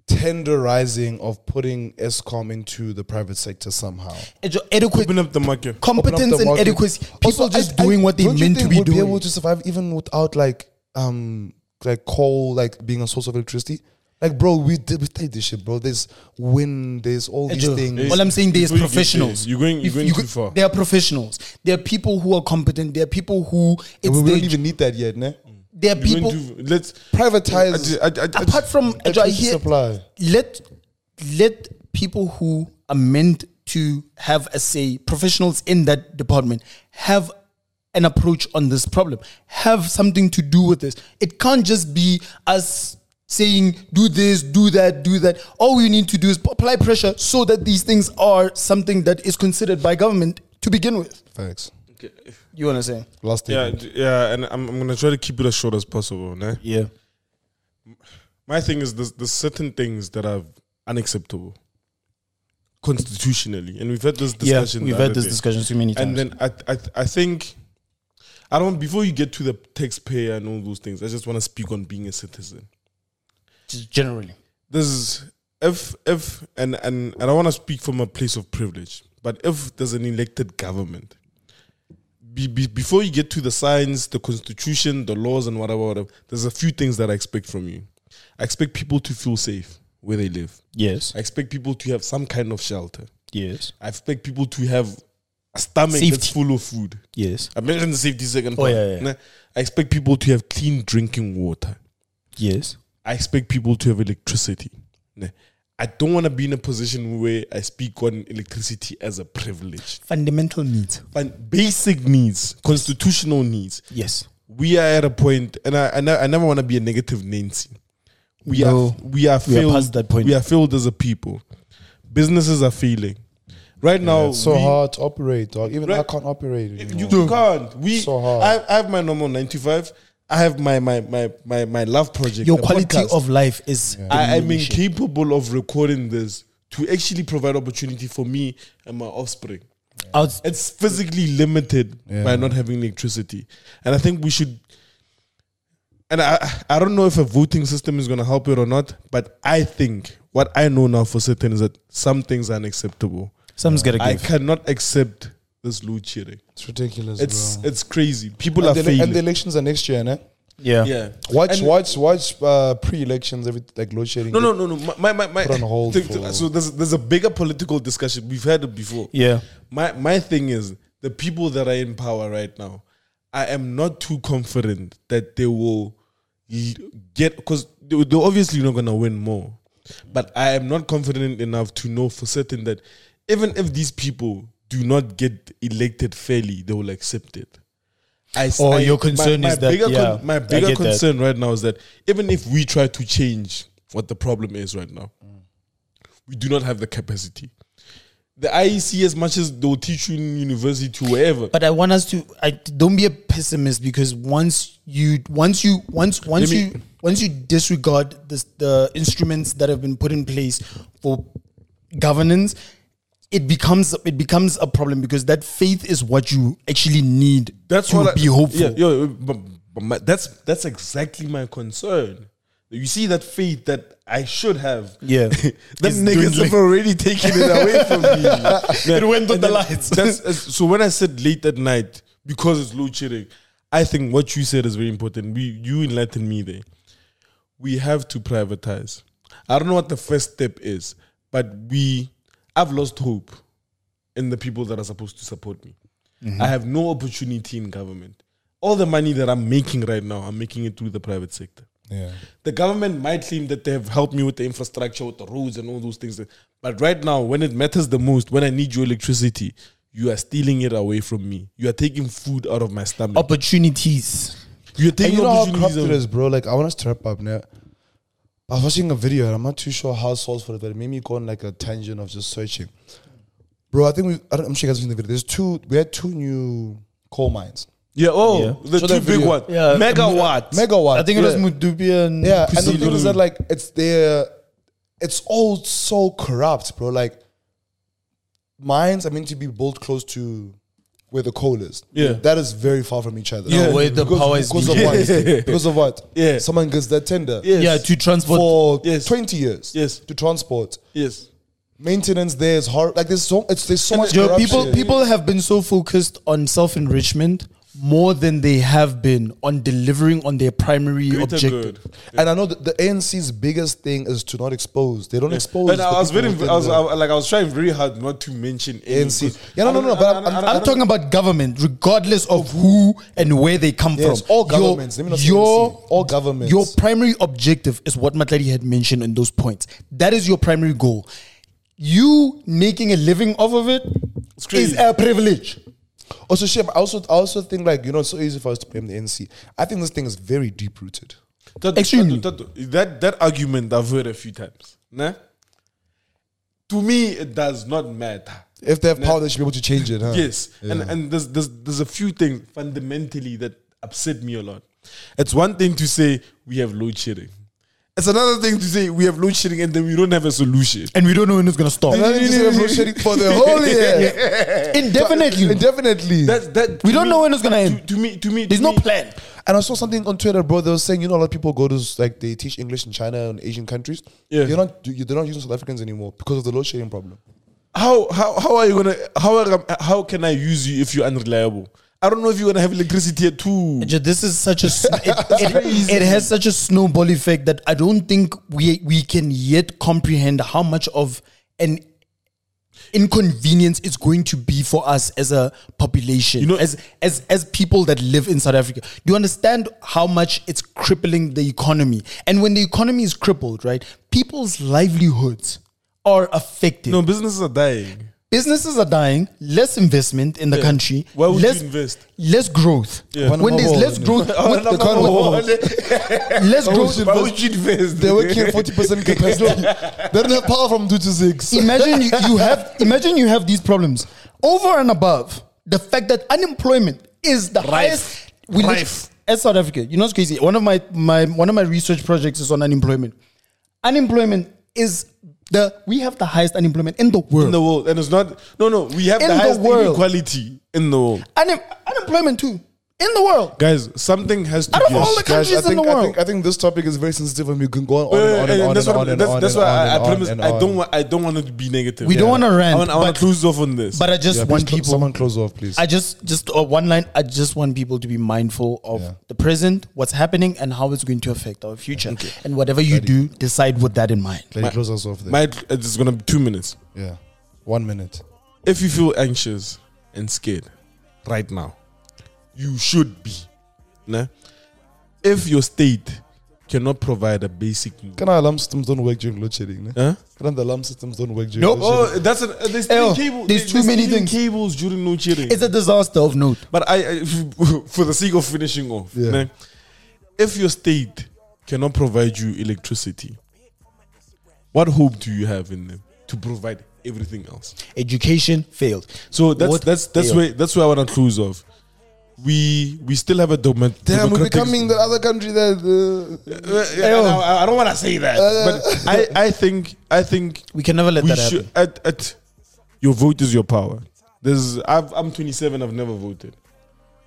tenderizing of putting ESCOM into the private sector somehow. Edu- adequate open up the market. Open competence up the and market. adequacy. People Also, just I- I- doing what they don't you meant to think be we'll doing. Be able to survive even without like um like coal like being a source of electricity. Like bro, we did we take this shit, bro. There's wind, there's all these Edu, things. All I'm saying there You're is going- professionals. you're going- you're If going you too go- far. They are professionals. They are people who are competent. They are people who it's we their, don't even need that yet, ne? they are You're people. going to- let's I Privatize ju- I- I- I ju- apart from Edu, I electricity hear supply. let let people who are meant to have a say, professionals in that department, have an approach on this problem, have something to do with this. It can't just be us saying do this, do that, do that. All we need to do is apply pressure so that these things are something that is considered by government to begin with. Thanks. You want to say? Last thing. Yeah, d- yeah, and I'm, I'm gonna try to keep it as short as possible. Né? Yeah. My thing is there's, there's certain things that are unacceptable constitutionally, and we've had this discussion. the we've had other this day. discussion too many times. And then I, th- I, th- I think I don't. Before you get to the taxpayer and all those things, I just want to speak on being a citizen. just generally. There's if if and and, and I want to speak from a place of privilege, but if there's an elected government, be, be, before you get to the science, the constitution, the laws, and whatever, whatever, there's a few things that I expect from you. I expect people to feel safe where they live. Yes. I expect people to have some kind of shelter. Yes. I expect people to have a stomach that's Safety. full of food. Yes. I mentioned the safety second. Oh, part. yeah, yeah. Nah, I expect people to have clean drinking water. Yes. I expect people to have electricity. Nah, I don't want to be in a position where I speak on electricity as a privilege. Fundamental needs. But basic needs, constitutional needs. Yes. We are at a point, and I, I, ne- I never want to be a negative Nancy. We No, are we are we are failed. past that point. We are failed as a people. Businesses are failing. Right now, It's so we- hard to operate, dog. Even Right. I can't operate. you know. You you can't. We. So hard. I, I have my normal ninety five. I have my my my my my love project. Your the quality podcast. of life is. I am diminishing. incapable of recording this to actually provide opportunity for me and my offspring. Out- It's physically limited by not having electricity, and I think we should. And I I don't know if a voting system is going to help it or not, but I think what I know now for certain is that some things are unacceptable. Some's gotta I give. cannot accept this loot cheating. It's ridiculous, It's bro. it's crazy. People and, are the, ele- failing. and the elections are next year, ne? Yeah. yeah. Watch, And- watch, watch. Uh, pre-elections, every like load shedding. No, no, no, no. My, my, my. Put on *laughs* hold th- th- for- so there's there's a bigger political discussion. We've had it before. Yeah. My my thing is the people that are in power right now. I am not too confident that they will l- get because they're obviously not gonna win more. But I am not confident enough to know for certain that even if these people do not get elected fairly, they will accept it. I, s- Or I- your concern my, my is that- bigger yeah, my I bigger get that. concern right now is that even if we try to change what the problem is right now, we do not have the capacity. The IEC, as much as they'll teach you in university to wherever, But I want us to. I don't be a pessimist because once you, once you, once once me- you, once you disregard this, the instruments that have been put in place for governance, it becomes it becomes a problem because that faith is what you actually need. that's to what I- be hopeful. Yeah, yo, but, but my, that's that's exactly my concern. You see that faith that I should have. *laughs* Yeah. that It's niggas dwindling. have already taken it away from *laughs* me. It went on And the then *laughs* lights. that's- that's- so when I said late at night because it's low cheating, I think what you said is very important. We you enlightened me there. We have to privatize. I don't know what the first step is, but we I've lost hope in the people that are supposed to support me. I have no opportunity in government. All the money that I'm making right now, I'm making it through the private sector. Yeah. The government might claim that they have helped me with the infrastructure, with the roads, and all those things. But right now, when it matters the most, when I need your electricity, you are stealing it away from me. You are taking food out of my stomach. Opportunities. You're And taking you know how opportunities. corrupt it away. is, bro. Like I want us to wrap up now. I was watching a video and I'm not too sure how sourceful it, but it made me go on like a tangent of just searching. Bro, I think we, I don't, I'm sure you guys have seen the video. There's two. We had two new coal mines, yeah. Oh, the So two that big video- ones. Yeah. Megawatt. megawatt. I think it yeah. was Mudubia and Yeah, and the Priscilla. thing is that like it's there, it's all so corrupt, bro. Like mines are meant to be built close to where the coal is. Yeah. that is very far from each other. Yeah. where the because, power is because being- of what? *laughs* because of what? Yeah. someone gets that tender. Yes. yeah to transport. for Yes. twenty years. Yes. to transport yes. maintenance. There is horrible. Like there's so it's there's so much Yo, corruption. people people have been so focused on self enrichment more than they have been on delivering on their primary Greater objective. good. and I know that the ANC's biggest thing is to not expose. They don't expose. And I the was people very, within I was the- I, like, I was trying very hard not to mention ANC. ANC. Yeah, no, no, no, but I'm- I'm- I'm talking about government, regardless of who and where they come Yes, from. all governments. Let me Your, not say your, ANC, all governments. your primary objective is what Matladi had mentioned in those points. That is your primary goal. You making a living off of it crazy. is a privilege. Also, shame. I also, I also think like you know, it's so easy for us to blame the NC. I think this thing is very deep rooted. Tato, Extremely. Tato, Tato, that that argument I've heard a few times. Nah? To me, it does not matter. If they have power, they should be able to change it. Huh? Yes, and and there's, there's there's a few things fundamentally that upset me a lot. It's one thing to say we have load shedding. It's another thing to say we have load shedding and then we don't have a solution. And we don't know when it's going to stop. Another thing to say, I'm not sharing for the whole *laughs* year. Indefinitely. Indefinitely. That that We to don't me- know when it's gonna end. To, to me, to me, There's to no me- plan. And I saw something on Twitter, bro. They were saying, you know, a lot of people go to like they teach English in China and Asian countries. Yeah. They're not you- they're not using South Africans anymore because of the load sharing problem. How how how are you gonna how are, how can I use you if you're unreliable? I don't know if you're gonna have electricity at two. *laughs* Ju- This is such a s- it, it, it has such a snowball effect that I don't think we we can yet comprehend how much of an inconvenience it's going to be for us as a population You know- as as as people that live in South Africa do you understand how much it's crippling the economy and when the economy is crippled right people's livelihoods are affected No, businesses are dying. businesses are dying, less investment in the country. Why would you less, invest? Less growth. When there's less *laughs* growth, with- They can't *laughs* with- less growth. Why would you invest? They're working at forty percent *laughs* capacity. *laughs* they don't have power from two to six. Imagine you, you *laughs* have imagine you have these problems over and above the fact that unemployment is the highest. We live- Rife. as South Africa, you know it's crazy. One of my, my one of my research projects is on unemployment. Unemployment is the we have the highest unemployment in the world. in the world, and it's not. No, no, we have In the the highest world. inequality in the world, Unem- unemployment too in the world. guys. Something has to Out of give. all the Guys, I countries in think, the I world. think I think this topic is very sensitive, and we can go on Wait, and on wait, and and on that's and what- on and that's- on. that's and why on I, and I on promise and I don't on. want. I don't want it to be negative. We don't wanna rant, I want, I want but- to close off on this. But I just Yeah, want please cl- people. someone close off, please. I just just uh, one line. I just want people to be mindful of Yeah. the present, what's happening, and how it's going to affect our future. And whatever you do, decide with that in mind. Let me close us off there. My it's gonna be two minutes. yeah, one minute. If you feel anxious and scared right now, you should be. Nah? If your state cannot provide a basic need, Can our alarm systems don't work during load shedding? eh? huh? Can the alarm systems don't work during No. load Oh, shedding? that's an, uh, there's Ew, three cable- there's too many three things. cables during no cheering. It's a disaster of note. But I, *laughs* I- for the sake of finishing off, Yeah. né, if your state cannot provide you electricity, what hope do you have in them to provide everything else? Education failed. So that's What that's that's failed? where that's where I want to close off. We we still have a domin- Damn, we're democratic- becoming the other country that. Uh, Uh, yeah, I, I- I don't want to say that, but I, I think I think We can never let we that happen. should at, at your vote is your power. There's I've, I'm 27. I've never voted,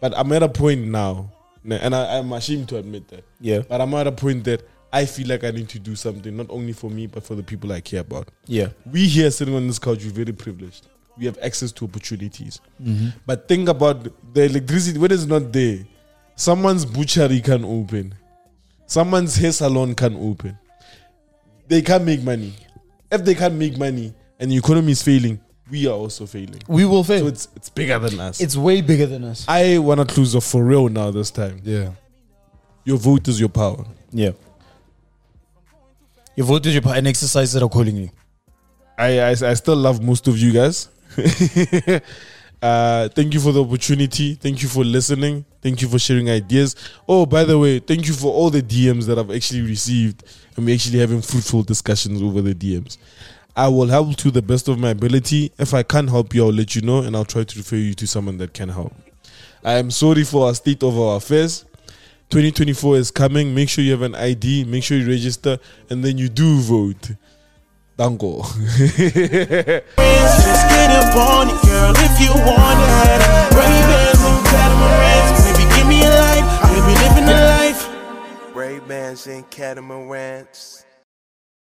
but I'm at a point now, n- and I, I'm ashamed to admit that. Yeah. but I'm at a point that I feel like I need to do something, not only for me but for the people I care about. Yeah. We here sitting on this couch, we're very privileged. We have access to opportunities, but think about the electricity when it's not there. Someone's butchery can open, someone's hair salon can open. They can't make money if they can't make money and the economy is failing, we are also failing. We will fail. So it's, it's it's bigger than us. way bigger than us. I wanna close off for real now this time. yeah. Your vote is your power. Yeah. Your vote is your power and exercise it accordingly. I I, I still love most of you guys. *laughs* uh, thank you for the opportunity. Thank you for listening. Thank you for sharing ideas. Oh, by the way, thank you for all the DMs that I've actually received, and we're actually having fruitful discussions over the DMs. I will help to the best of my ability. If I can't help you, I'll let you know, and I'll try to refer you to someone that can help. I am sorry for our state of our affairs. 2024 is coming. Make sure you have an ID. Make sure you register, and then you do vote. Danko. *laughs* Just get up on it, girl, if you want it. Ray Bans and catamarans, baby, give me a light. We'll be living a life. Ray Bans and catamarans.